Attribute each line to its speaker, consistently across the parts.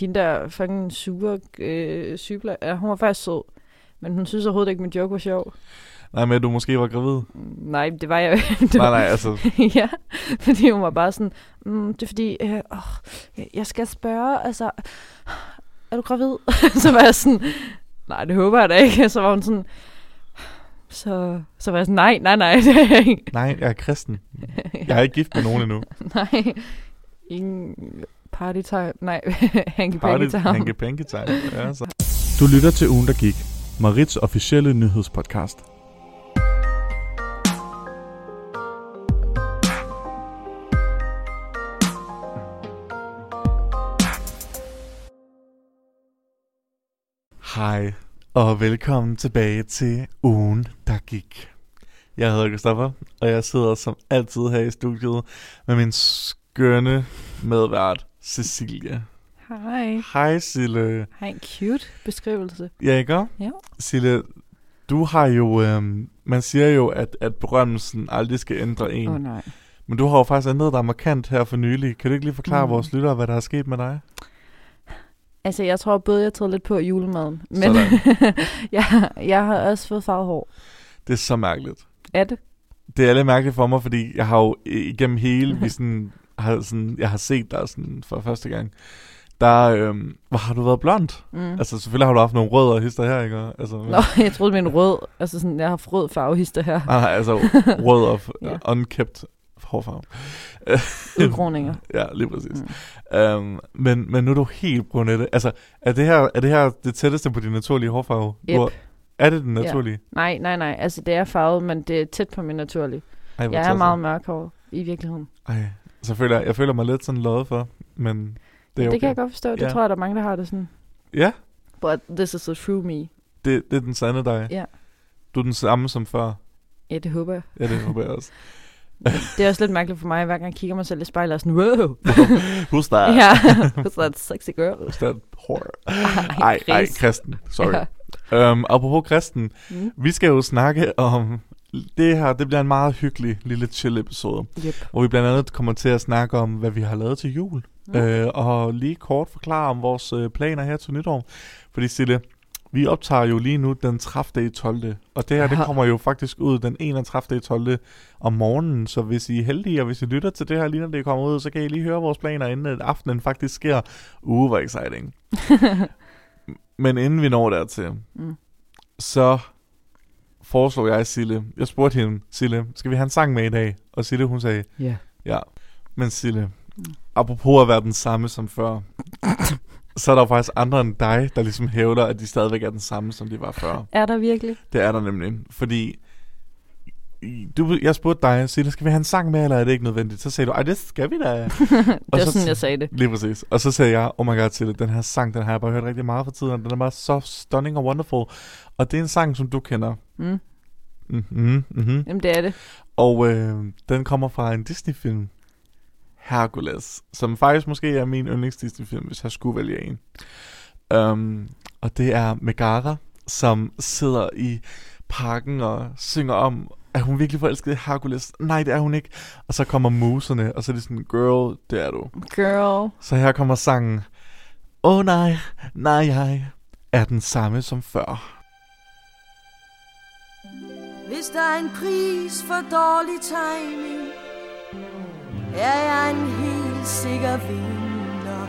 Speaker 1: hende der fucking sure øh, sygeplejer, ja, hun var faktisk sød. Men hun synes overhovedet ikke, min joke var sjov.
Speaker 2: Nej, men at du måske var gravid.
Speaker 1: Nej, det var jeg jo
Speaker 2: Nej, nej, altså.
Speaker 1: ja, fordi hun var bare sådan, mm, det er fordi, øh, åh, jeg skal spørge, altså, er du gravid? så var jeg sådan, nej, det håber jeg da ikke. Så var hun sådan, så, så var jeg sådan, nej, nej, nej, det er jeg ikke.
Speaker 2: Nej, jeg er kristen. Jeg er ikke gift med nogen endnu.
Speaker 1: Nej, ingen party time, nej, hanky panky
Speaker 2: Party,
Speaker 1: time.
Speaker 2: hanke panke time. Ja, så.
Speaker 3: Du lytter til ugen, der gik. Marits officielle nyhedspodcast.
Speaker 2: Hej, og velkommen tilbage til ugen, der gik. Jeg hedder Christoffer, og jeg sidder som altid her i studiet med min skønne medvært, Cecilia.
Speaker 1: Hej.
Speaker 2: Hej, Sille.
Speaker 1: Hej, en cute beskrivelse.
Speaker 2: Ja, ikke?
Speaker 1: Ja.
Speaker 2: Sille, du har jo... Øhm, man siger jo, at, at berømmelsen aldrig skal ændre en.
Speaker 1: Åh oh, nej.
Speaker 2: Men du har jo faktisk ændret dig markant her for nylig. Kan du ikke lige forklare
Speaker 1: Mm.
Speaker 2: mm. vores lyttere, hvad der er sket med dig?
Speaker 1: Altså, jeg tror både, jeg har taget lidt på i julemaden, men
Speaker 2: Sådan.
Speaker 1: jeg, jeg har også fået farvet hår.
Speaker 2: Det er så mærkeligt.
Speaker 1: Er det?
Speaker 2: Det er lidt mærkeligt for mig, fordi jeg har jo igennem hele, vi sådan, har sådan, jeg har set dig sådan for første gang, der øhm, hvor har du været blond.
Speaker 1: Mm.
Speaker 2: Altså selvfølgelig har du haft nogle rødder og hister her, ikke? Altså, men-
Speaker 1: Nå, jeg troede, min rød, altså sådan, jeg har rød farvehister her.
Speaker 2: Nej, nej, altså rød og
Speaker 1: Ja.
Speaker 2: ja. unkept hårfarve.
Speaker 1: Udkroninger.
Speaker 2: Ja, lige præcis. Mm. Øhm, men, men nu er du helt brunette. Altså, er det her, er det, her det tætteste på din naturlige hårfarve? Du
Speaker 1: Yep.
Speaker 2: har- Er det den
Speaker 1: Ja.
Speaker 2: naturlige?
Speaker 1: Nej, nej, nej. Altså, det er farvet, men det er tæt på min naturlige.
Speaker 2: Ej, hvor
Speaker 1: Jeg er
Speaker 2: tosset.
Speaker 1: meget mørkhåret i virkeligheden.
Speaker 2: Ej, så føler jeg, jeg føler mig lidt sådan lovet for, men det er okay.
Speaker 1: det kan jeg godt forstå. Det
Speaker 2: Ja.
Speaker 1: tror jeg, der er mange, der har det sådan.
Speaker 2: Ja,
Speaker 1: But this is the true me.
Speaker 2: det, det er den sande dig.
Speaker 1: Ja.
Speaker 2: Du er den samme som før.
Speaker 1: Ja, det håber jeg.
Speaker 2: Ja, det håber jeg også.
Speaker 1: Det er også lidt mærkeligt for mig, hver gang jeg kigger mig selv i spejlet og er sådan, wow,
Speaker 2: Husk dig.
Speaker 1: ja, who's that sexy girl?
Speaker 2: Husk dig, whore.
Speaker 1: Ej,
Speaker 2: Ej, ej,
Speaker 1: Chris.
Speaker 2: kristen. Sorry.
Speaker 1: Ja.
Speaker 2: Ja. Øhm, apropos kristen,
Speaker 1: Mm.
Speaker 2: vi skal jo snakke om... Det her, det bliver en meget hyggelig lille chill-episode,
Speaker 1: Yep.
Speaker 2: hvor vi blandt andet kommer til at snakke om, hvad vi har lavet til jul. Mm. Øh, og lige kort forklare om vores øh, planer her til nytår. Fordi Sille, vi optager jo lige nu den 30. i 12. Og det her, det
Speaker 1: Ja.
Speaker 2: kommer jo faktisk ud den 31. i 12. om morgenen. Så hvis I er heldige, og hvis I lytter til det her, lige når det kommer ud, så kan I lige høre vores planer, inden at aftenen faktisk sker. Uge, hvor exciting. Men inden vi når dertil,
Speaker 1: Mm.
Speaker 2: mm. så foreslog jeg Sille, jeg spurgte hende, Sille, skal vi have en sang med i dag? Og Sille, hun sagde,
Speaker 1: Ja.
Speaker 2: Ja, men Sille, apropos at være den samme som før, så er der jo faktisk andre end dig, der ligesom hævder, at de stadigvæk er den samme, som de var før.
Speaker 1: Er der virkelig?
Speaker 2: Det er der nemlig, fordi i- du, jeg spurgte dig, Sille, skal vi have en sang med, eller er det ikke nødvendigt? Så sagde du, ej, det skal vi da.
Speaker 1: Det var sådan, jeg sagde det.
Speaker 2: Lige præcis. Og så sagde jeg, oh my god, Sille, den her sang, den har jeg bare hørt rigtig meget for tiden, og den er bare så stunning og wonderful. Og det er en sang, som du kender.
Speaker 1: Mm.
Speaker 2: Mm-hmm, mm-hmm.
Speaker 1: Jamen, det er det.
Speaker 2: Og øh, den kommer fra en Disney-film, Hercules, som faktisk måske er min yndlings Disney-film, hvis jeg skulle vælge en. Um, og det er Megara, som sidder i parken og synger om, er hun virkelig forelsket i Hercules? Nej, det er hun ikke. Og så kommer muserne, og så er det sådan, girl, det er du.
Speaker 1: Girl.
Speaker 2: Så her kommer sangen, åh oh, nej, nej, jeg er den samme som før.
Speaker 4: Hvis der er en pris for dårlig timing Er jeg en helt sikker vinder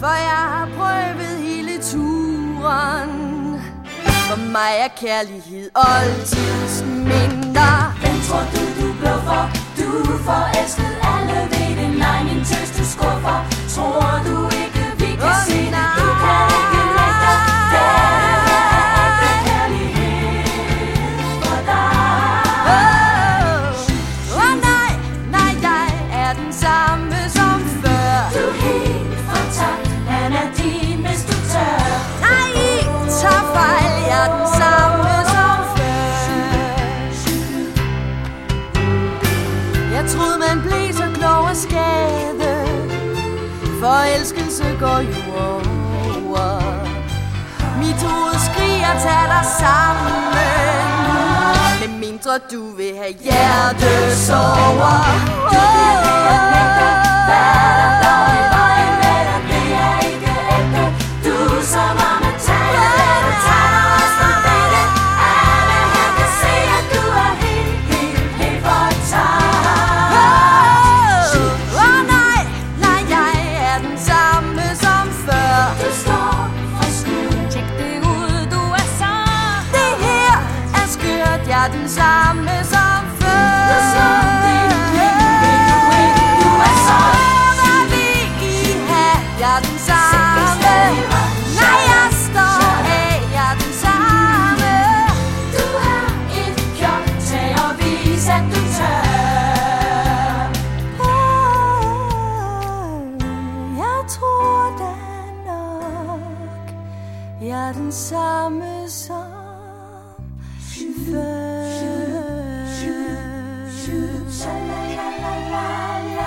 Speaker 4: For jeg har prøvet hele turen For mig er kærlighed oldtids mindre
Speaker 5: Hvem tror du, du blev for? Du er forelsket, alle ved det Nej, min tøs, du skuffer Tror du ikke, vi kan
Speaker 4: Åh,
Speaker 5: se det? Du kan ikke lægge dig Det er kærlighed for dig
Speaker 4: Åh, oh, nej, nej, jeg er den samme som før
Speaker 5: Du er helt fortabt Han er din, hvis du tør
Speaker 4: Nej, tager fejl, jeg er den samme som før Jeg troede, man blev så klog af skade Forelskelse går jo over Mit hoved skriger, tag dig sammen Med mindre du vil have hjertesover
Speaker 5: Du vil ikke nægte, hvad der dog i vejen med dig, det er
Speaker 4: jeg er den samme Nej, jeg står af, jeg er den samme
Speaker 5: Du har et kjok til å vise at du tør.
Speaker 4: Ah, Jeg tror da nok Jeg er den samme som før
Speaker 5: Sha-la-la-la-la-la.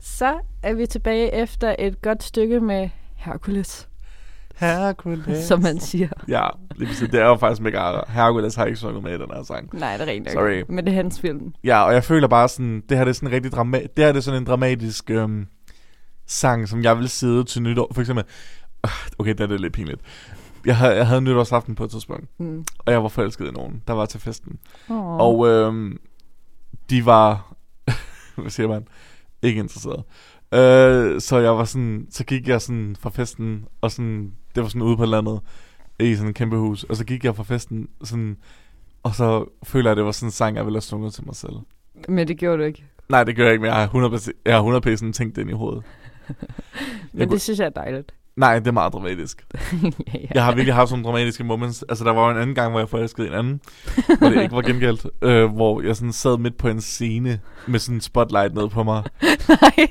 Speaker 1: Så er vi tilbage efter et godt stykke med Hercules,
Speaker 2: Hercules.
Speaker 1: som man siger.
Speaker 2: Ja, lige præcis. Det er jo faktisk Megara. Hercules har ikke sunget med i den her sang.
Speaker 1: Nej, det er rent nok.
Speaker 2: Sorry.
Speaker 1: Men det er hans film.
Speaker 2: Ja, og jeg føler bare sådan, det her det er sådan en rigtig drama- det her det er sådan en dramatisk øhm, sang, som jeg vil sidde til nytår. For eksempel, øh, okay, det er lidt pinligt. Jeg havde, jeg havde nytårsaften på et tidspunkt,
Speaker 1: Mm.
Speaker 2: og jeg var forelsket i nogen, der var til festen.
Speaker 1: Oh.
Speaker 2: Og øhm, de var, hvad siger man, ikke interesseret. Øh, så jeg var sådan, så gik jeg sådan fra festen, og sådan, det var sådan ude på landet, i sådan et kæmpe hus, og så gik jeg fra festen, sådan, og så føler jeg, det var sådan en sang, jeg ville have sunget til mig selv.
Speaker 1: Men det gjorde du ikke.
Speaker 2: Nej, det gør jeg ikke, men jeg har 100%, jeg har 100 sådan tænkt det ind i hovedet.
Speaker 1: Men
Speaker 2: Jeg
Speaker 1: det
Speaker 2: kunne-
Speaker 1: synes jeg er dejligt.
Speaker 2: Nej, det er meget dramatisk.
Speaker 1: ja, ja.
Speaker 2: Jeg har virkelig haft sådan dramatiske moments. Altså, der var jo en anden gang, hvor jeg forelskede en anden, hvor det ikke var gengældt. Øh, hvor jeg sådan sad midt på en scene med sådan en spotlight ned på mig.
Speaker 1: Nej.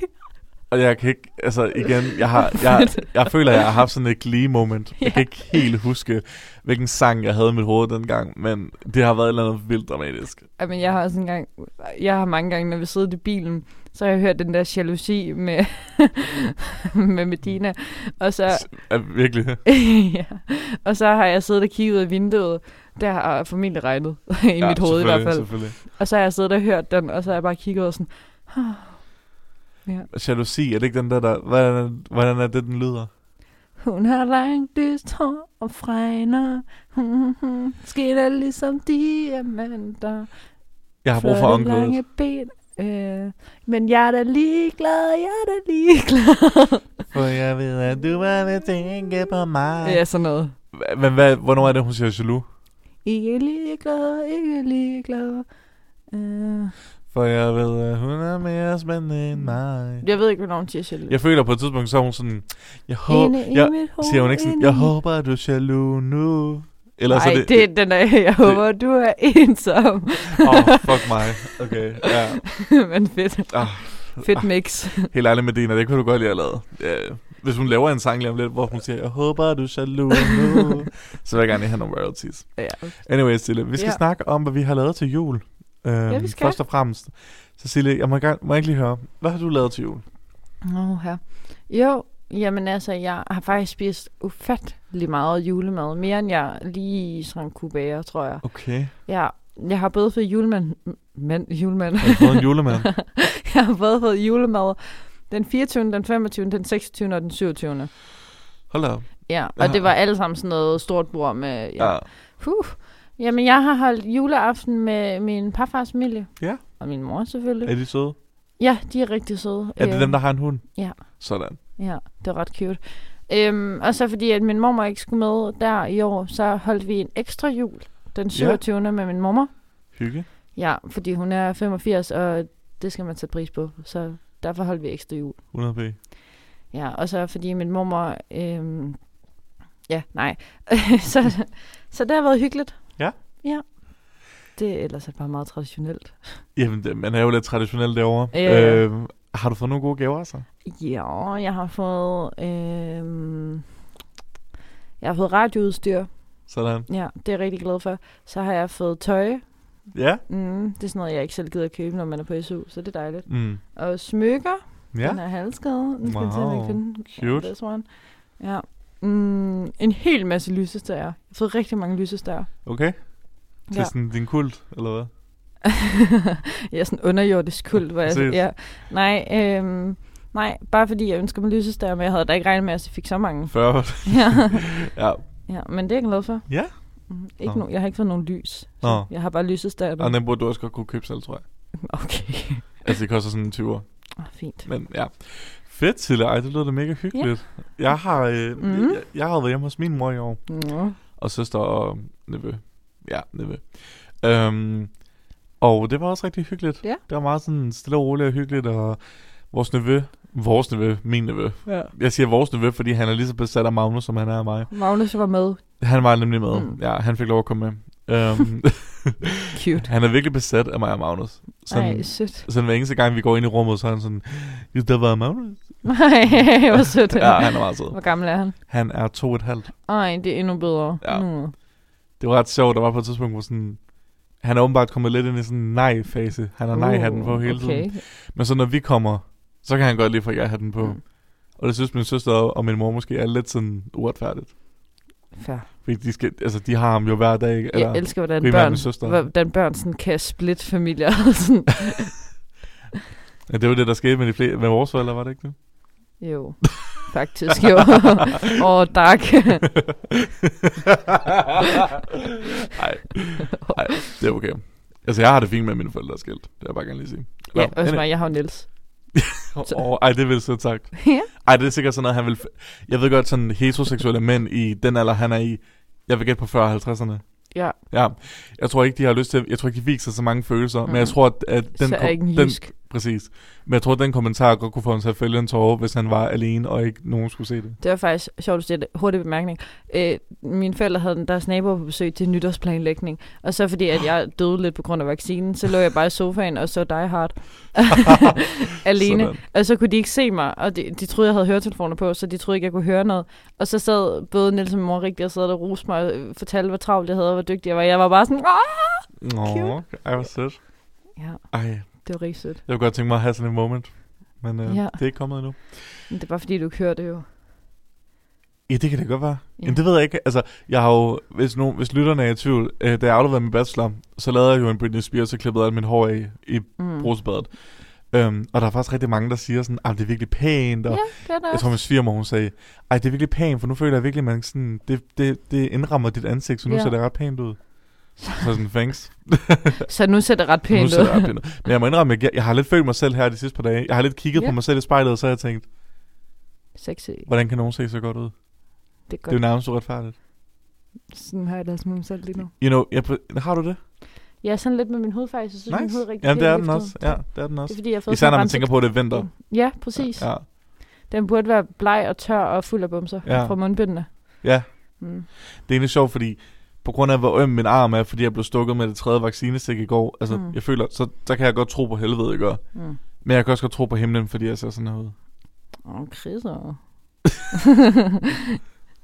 Speaker 2: Og jeg kan ikke, altså igen, jeg, har, jeg, jeg føler, jeg har haft sådan et glee moment. Jeg kan ikke helt huske, hvilken sang jeg havde i mit hoved dengang, men det har været et eller andet vildt dramatisk.
Speaker 1: Jamen, jeg har også engang, jeg har mange gange, når vi sidder i bilen, så har jeg hørt den der jalousi med, med Medina. Og så,
Speaker 2: Ja, virkelig.
Speaker 1: ja. og så har jeg siddet og kigget ud af vinduet. Der har formentlig regnet i
Speaker 2: Ja,
Speaker 1: mit hoved i hvert
Speaker 2: selvfølgelig,
Speaker 1: fald.
Speaker 2: Selvfølgelig.
Speaker 1: Og så har jeg siddet og hørt den, og så har jeg bare kigget og sådan, "Ah."
Speaker 2: Jalousi, er det ikke den der, der hvordan, hvordan er det, den lyder?
Speaker 1: hun har langt lyst hår og fregner, mm-hmm. skinner ligesom diamanter.
Speaker 2: Jeg har brug for
Speaker 1: Flotte
Speaker 2: omkvædet.
Speaker 1: lange ben, øh, men jeg er da ligeglad, jeg er da ligeglad.
Speaker 2: For jeg ved, at du bare vil tænke på mig.
Speaker 1: ja, sådan noget.
Speaker 2: Men hvad, hvornår er det, hun siger jaloux?
Speaker 1: Ikke ligeglad, ikke ligeglad. Øh,
Speaker 2: For jeg ved, at hun er mere spændende end mig.
Speaker 1: jeg ved ikke, hvornår hun siger selv.
Speaker 2: Jeg føler på et tidspunkt, så er hun sådan... Jeg håber... Jeg,
Speaker 1: mit hoved,
Speaker 2: siger hun ikke sådan...
Speaker 1: inde i-
Speaker 2: Jeg håber, at du er jaloux nu. Eller så
Speaker 1: Nej,
Speaker 2: er
Speaker 1: det, det, den er, jeg håber, du er ensom.
Speaker 2: Åh, oh, fuck mig. Okay, ja.
Speaker 1: Men fedt.
Speaker 2: Ah.
Speaker 1: Fedt mix.
Speaker 2: Helt ærligt med Dina, det kunne du godt lide at lave. Ja. Hvis hun laver en sang lige om lidt, hvor hun siger, jeg håber, at du er jaloux nu, så vil jeg gerne lige have nogle royalties.
Speaker 1: ja.
Speaker 2: Anyways, Sille, vi skal
Speaker 1: Ja.
Speaker 2: ja. snakke om, hvad vi har lavet til jul. Øhm, ja,
Speaker 1: vi skal.
Speaker 2: Først og fremmest. Så Sille, jeg må, gerne, må jeg ikke lige høre, hvad har du lavet til jul?
Speaker 1: Nå, her. Jo, jamen altså, jeg har faktisk spist ufattelig meget julemad. Mere end jeg lige sådan kunne bære, tror jeg.
Speaker 2: Okay.
Speaker 1: Ja, jeg har både fået julemand... Mand, julemand.
Speaker 2: Har du fået en julemand?
Speaker 1: jeg har både fået julemad den 24., den 25., den 26. og den 27.
Speaker 2: Hold da op.
Speaker 1: Ja, og
Speaker 2: Ja.
Speaker 1: det var alle sammen sådan noget stort bord med... Ja.
Speaker 2: Ja.
Speaker 1: Huh. Jamen, jeg har holdt juleaften med min parfars familie.
Speaker 2: Ja.
Speaker 1: Og min mor selvfølgelig.
Speaker 2: Er de søde?
Speaker 1: Ja, de er rigtig søde.
Speaker 2: Er det
Speaker 1: Øhm,
Speaker 2: dem, der har en hund?
Speaker 1: ja.
Speaker 2: Sådan.
Speaker 1: Ja, det var ret cute. Øhm, og så fordi, at min mormor ikke skulle med der i år, så holdt vi en ekstra jul den 27. Ja. med min mormor.
Speaker 2: Hygge.
Speaker 1: Ja, fordi hun er 85, og det skal man sætte pris på. Så derfor holdt vi ekstra jul.
Speaker 2: 100 p.
Speaker 1: Ja, og så fordi min mormor... Øhm, ja, nej. så, så det har været hyggeligt.
Speaker 2: Ja.
Speaker 1: Ja. Det er ellers bare meget traditionelt.
Speaker 2: Jamen, det, man er jo lidt traditionel derovre.
Speaker 1: Ja, ja.
Speaker 2: Øhm, har du fået nogle gode gaver, altså? så?
Speaker 1: Ja, jeg har fået... Øhm, jeg har fået radioudstyr.
Speaker 2: Sådan.
Speaker 1: Ja, det er jeg rigtig glad for. Så har jeg fået tøj.
Speaker 2: Ja.
Speaker 1: Mm, det er sådan noget, jeg ikke selv gider at købe, når man er på SU, så det er dejligt.
Speaker 2: Mm.
Speaker 1: Og smykker.
Speaker 2: Ja.
Speaker 1: Den er halskade. Nu skal wow. jeg se, om jeg kan
Speaker 2: Wow,
Speaker 1: finde den.
Speaker 2: cute.
Speaker 1: Ja, this one. Ja. Mm, en hel masse lysestager. Jeg har fået rigtig mange lysestager.
Speaker 2: Okay. Til
Speaker 1: Ja.
Speaker 2: sådan din kult, eller hvad?
Speaker 1: jeg er sådan underjordisk kult, hvor jeg...
Speaker 2: Præcis.
Speaker 1: Ja. Nej, øhm, nej, bare fordi jeg ønsker mig lysestager, men jeg havde da ikke regnet med, at jeg fik så mange.
Speaker 2: 40.
Speaker 1: ja.
Speaker 2: ja.
Speaker 1: ja, men det er jeg glad for.
Speaker 2: Ja.
Speaker 1: Mm, ikke
Speaker 2: Nå.
Speaker 1: no, jeg har ikke fået nogen lys. Så
Speaker 2: Nå.
Speaker 1: Jeg har bare lysestager.
Speaker 2: Og den burde du også godt kunne købe selv, tror jeg.
Speaker 1: Okay.
Speaker 2: Altså, det koster sådan en 20'er.
Speaker 1: Ah, Fint.
Speaker 2: Men ja. Fedt, Tille. Ej, det lyder da mega hyggeligt. Ja. Jeg har øh,
Speaker 1: Mhm.
Speaker 2: mm. jeg, jeg har været hjemme hos min mor i år,
Speaker 1: Nå.
Speaker 2: og søster og nevø. Ja, nevø. Øhm, og det var også rigtig hyggeligt.
Speaker 1: Ja.
Speaker 2: Det var meget sådan stille og roligt og hyggeligt, og vores nevø, vores nevø, min nevø.
Speaker 1: Ja.
Speaker 2: Jeg siger vores nevø, fordi han er lige så besat af Magnus, som han er af mig.
Speaker 1: Magnus var med.
Speaker 2: Han var nemlig med.
Speaker 1: Mm.
Speaker 2: Mm. Ja, han fik lov at komme med. Øhm,
Speaker 1: Cute.
Speaker 2: han er virkelig besat af mig og Magnus. Sådan,
Speaker 1: Ej, sødt.
Speaker 2: sådan hver eneste gang, vi går ind i rummet, så er han sådan, "Ja, der var Magnus.
Speaker 1: Ej, hvor sødt.
Speaker 2: Ja, han er meget sød.
Speaker 1: Hvor gammel er han?
Speaker 2: Han er to og et halvt.
Speaker 1: Ej, det er endnu bedre.
Speaker 2: Ja.
Speaker 1: Mm.
Speaker 2: Det var ret sjovt, der var på et tidspunkt, hvor sådan... Han er åbenbart kommet lidt ind i sådan en nej-fase. Han har nej-hatten på hele
Speaker 1: Uh, okay.
Speaker 2: tiden. Men så når vi kommer, så kan han godt lide få ja-hatten på.
Speaker 1: Mm.
Speaker 2: Mm. Og det synes min søster og min mor måske er lidt sådan uretfærdigt.
Speaker 1: Fair.
Speaker 2: Fordi de, skal, altså, de har ham jo hver dag, ikke? Eller,
Speaker 1: Jeg elsker, hvordan
Speaker 2: primært
Speaker 1: børn,
Speaker 2: min søster.
Speaker 1: hvordan børn sådan kan splitte familier. sådan.
Speaker 2: ja, det var det, der skete med, de flere, med vores forældre, var det ikke det?
Speaker 1: Jo, faktisk jo. Åh, oh, tak.
Speaker 2: Nej, det er okay. Altså, jeg har det fint med at mine forældre er skilt. Det vil jeg bare gerne lige sige.
Speaker 1: ja,
Speaker 2: Nå,
Speaker 1: også
Speaker 2: anyway.
Speaker 1: mig. Jeg har jo Niels.
Speaker 2: Åh, ej, det vil så tak.
Speaker 1: ja.
Speaker 2: Ej, det er sikkert sådan noget, han vil... f- Jeg ved godt, sådan heteroseksuelle mænd i den alder, han er i, jeg vil gætte på 40-50'erne.
Speaker 1: Ja.
Speaker 2: Ja, jeg tror ikke, de har lyst til... Jeg tror ikke, de viser så mange følelser, mm. men jeg tror, at- at den...
Speaker 1: Den så er
Speaker 2: kom-
Speaker 1: jeg ikke en
Speaker 2: den,
Speaker 1: jysk.
Speaker 2: Præcis. Men jeg tror, at den kommentar godt kunne få ham til at fælde en tårer, hvis han var alene, og ikke nogen skulle se det.
Speaker 1: Det var faktisk sjovt, at det er hurtig bemærkning. Øh, mine forældre havde den deres naboer på besøg til nytårsplanlægning. Og så fordi, at jeg døde lidt på grund af vaccinen, så lå jeg bare i sofaen og så Die Hard. Alene.
Speaker 2: Sådan.
Speaker 1: Og så kunne de ikke se mig, og de, de troede, jeg havde høretelefoner på, så de troede ikke, jeg kunne høre noget. Og så sad både Niels og min mor rigtig og sad der og roste mig og øh, fortalte, hvor travlt jeg havde, og hvor dygtig jeg var. Jeg var bare sådan, Åh!
Speaker 2: Nå,
Speaker 1: Cute.
Speaker 2: ej, hvor sødt.
Speaker 1: Ja,
Speaker 2: Ej,
Speaker 1: det var rigtig sødt.
Speaker 2: jeg kunne godt tænke mig at have sådan en moment. Men øh,
Speaker 1: Ja.
Speaker 2: ja. det er ikke kommet endnu.
Speaker 1: Men det er bare fordi, du ikke hørte det jo.
Speaker 2: Ja, det kan det godt være.
Speaker 1: Ja.
Speaker 2: Ja. Jamen, det ved jeg ikke. Altså, jeg har jo, hvis, nogen, hvis lytterne er i tvivl, øh, da jeg afleverede min bachelor, så lavede jeg jo en Britney Spears og klippede alt min hår af i
Speaker 1: Mm.
Speaker 2: brusebadet. Øhm, og der er faktisk rigtig mange, der siger sådan, at det er virkelig pænt. Og
Speaker 1: Ja, det er det
Speaker 2: jeg
Speaker 1: også.
Speaker 2: tror, min svigermor, hun sagde, ej, det er virkelig pænt, for nu føler jeg virkelig, at man sådan, det, det, det indrammer dit ansigt, så nu
Speaker 1: Ja.
Speaker 2: ja. ser det ret pænt ud. Så er jeg sådan, thanks.
Speaker 1: Så nu ser det ret
Speaker 2: nu
Speaker 1: pænt
Speaker 2: ser det ret
Speaker 1: ud.
Speaker 2: pænt ud. Men jeg må indrømme, at jeg, jeg har lidt følt mig selv her de sidste par dage. Jeg har lidt kigget
Speaker 1: Ja.
Speaker 2: på mig selv i spejlet, og så har jeg tænkt,
Speaker 1: Sexy.
Speaker 2: hvordan kan nogen se så godt ud? Godt.
Speaker 1: Det er
Speaker 2: Det er jo
Speaker 1: godt.
Speaker 2: nærmest uretfærdigt.
Speaker 1: Sådan har jeg det altså med mig selv lige nu.
Speaker 2: You know, jeg, pr- har du det?
Speaker 1: Jeg er sådan lidt med min hud faktisk. Jeg synes, min hud er rigtig
Speaker 2: ja, det
Speaker 1: pæn
Speaker 2: er
Speaker 1: i
Speaker 2: den
Speaker 1: efteråret.
Speaker 2: også. Ja, det er den
Speaker 1: Det er
Speaker 2: også.
Speaker 1: fordi, jeg har fået
Speaker 2: Især
Speaker 1: sådan
Speaker 2: når man
Speaker 1: renset-
Speaker 2: tænker på, at det er vinter.
Speaker 1: Ja, præcis. Ja.
Speaker 2: Ja.
Speaker 1: Den burde være bleg og tør og fuld af bumser ja.
Speaker 2: Ja.
Speaker 1: fra mundbindene.
Speaker 2: ja,
Speaker 1: Mm.
Speaker 2: det er egentlig sjovt, fordi på grund af, hvor øm min arm er, fordi jeg blev stukket med det tredje vaccinestik i går, altså,
Speaker 1: Mm.
Speaker 2: mm. jeg føler, så der kan jeg godt tro på helvede, ikke? Og-
Speaker 1: Mm.
Speaker 2: Men jeg kan også godt tro på himlen, fordi jeg ser sådan her ud.
Speaker 1: Åh, kriser.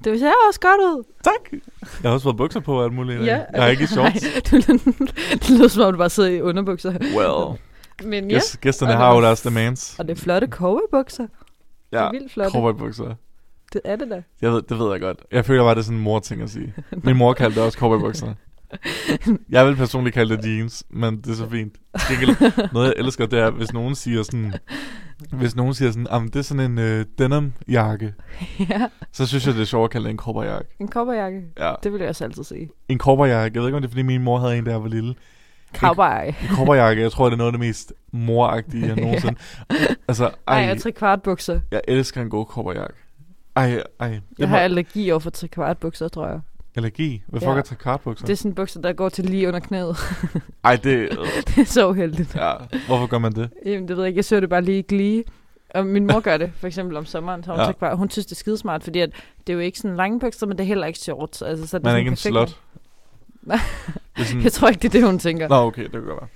Speaker 1: det ser også godt ud.
Speaker 2: Tak! Jeg har også fået bukser på og alt muligt. i dag.
Speaker 1: Ja.
Speaker 2: Jeg er ikke i shorts.
Speaker 1: Nej, du, det lød som om, du bare sidder i underbukser.
Speaker 2: Well,
Speaker 1: Men ja,
Speaker 2: yes. gæsterne
Speaker 1: Og det
Speaker 2: har
Speaker 1: var
Speaker 2: jo deres demands.
Speaker 1: og det er flotte cowboybukser. Ja. Det
Speaker 2: Ja,
Speaker 1: er vildt flotte.
Speaker 2: cowboybukser.
Speaker 1: Det er det da.
Speaker 2: Jeg ved, det ved jeg godt. Jeg føler bare, det er sådan en mor-ting at sige. Min mor kaldte det også cowboybukser. Jeg vil personligt kalde det jeans, men det er så fint. Til gengæld, Noget jeg elsker, det er, hvis nogen siger sådan... Hvis nogen siger sådan, "Jamen, det er sådan en øh, denimjakke,
Speaker 1: ja,
Speaker 2: så synes jeg, det er sjovt at kalde det en cowboyjakke.
Speaker 1: en cowboyjakke.
Speaker 2: Ja.
Speaker 1: Det vil jeg også altid sige.
Speaker 2: En cowboyjakke. Jeg ved ikke, om det er, fordi min mor havde en, da jeg var lille.
Speaker 1: Cowboy.
Speaker 2: En cowboyjakke, jeg tror, det er noget af det mest moragtige, jeg
Speaker 1: Ja.
Speaker 2: nogensinde... Altså,
Speaker 1: Ej,
Speaker 2: ej,
Speaker 1: jeg tre kvart bukser.
Speaker 2: jeg elsker en god cowboyjakke. Ej, ej. Det
Speaker 1: Jeg
Speaker 2: må-
Speaker 1: har allergi over for tre kvart bukser, tror jeg.
Speaker 2: Allergi? Hvad
Speaker 1: Ja.
Speaker 2: fuck er trakatbukser?
Speaker 1: Det er sådan en bukser, der går til lige under knæet.
Speaker 2: Ej, det... øh,
Speaker 1: det er så uheldigt.
Speaker 2: Ja, hvorfor gør man det?
Speaker 1: Jamen, det ved jeg ikke. Jeg så det bare lige i glee. Og min mor gør det, for eksempel om sommeren. Så har hun,
Speaker 2: Ja.
Speaker 1: ja. bare, hun synes, det er skidesmart, fordi at det er jo ikke sådan lange bukser, men det er heller ikke shorts. Altså, så er det
Speaker 2: Man er
Speaker 1: sådan
Speaker 2: ikke en
Speaker 1: perfekt.
Speaker 2: slot.
Speaker 1: Nej.
Speaker 2: Det er sådan...
Speaker 1: Jeg tror ikke, det er det, hun tænker.
Speaker 2: Nå, okay, det kan godt være.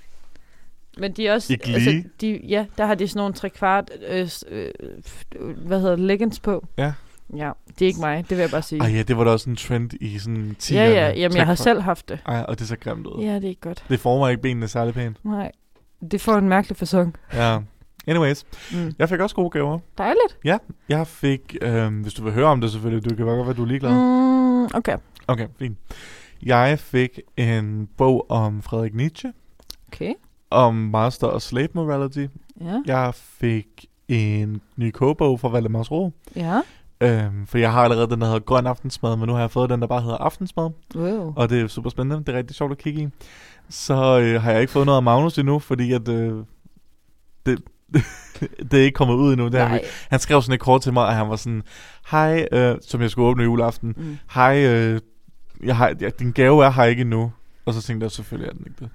Speaker 1: Men de er også... altså,
Speaker 2: I Glee?
Speaker 1: de, ja, der har de sådan nogle tre kvart... Øh, s- øh, f- øh, hvad hedder det, leggings på.
Speaker 2: Ja.
Speaker 1: Ja, det er ikke mig, det vil jeg bare sige.
Speaker 2: Ej, ja, det var da også en trend i sådan 10'erne.
Speaker 1: ja, ja, jamen jeg har
Speaker 2: Tak for-
Speaker 1: selv haft det.
Speaker 2: Ej, og det ser grimt ud.
Speaker 1: Ja, det er ikke godt.
Speaker 2: Det former ikke benene særlig pænt.
Speaker 1: Nej, det får en mærkelig fasong.
Speaker 2: Ja. Anyways,
Speaker 1: Mm.
Speaker 2: jeg fik også gode gaver.
Speaker 1: Dejligt.
Speaker 2: Jeg fik, øhm, hvis du vil høre om det selvfølgelig, du kan godt være, du er ligeglad. Mm.
Speaker 1: Mm, okay.
Speaker 2: Okay, fint. Jeg fik en bog om Frederik Nietzsche,
Speaker 1: Okay.
Speaker 2: om master og slave morality.
Speaker 1: Ja.
Speaker 2: Jeg fik en ny kogebog fra Valdemars Ro.
Speaker 1: Ja.
Speaker 2: Øhm, for jeg har allerede den, der hedder Grøn Aftensmad, men nu har jeg fået den, der bare hedder Aftensmad.
Speaker 1: Wow.
Speaker 2: Og det er super spændende. Det er rigtig sjovt at kigge i. Så øh, har jeg ikke fået noget af Magnus endnu, fordi at, øh, det, det er ikke kommet ud endnu. Det er, han-
Speaker 1: Nej.
Speaker 2: han skrev sådan et kort til mig, og han var sådan, hej, øh, som jeg skulle åbne juleaften.
Speaker 1: Mm.
Speaker 2: Hej, øh, jeg har, ja, din gave er her ikke endnu. Og så tænkte jeg, selvfølgelig er den ikke det.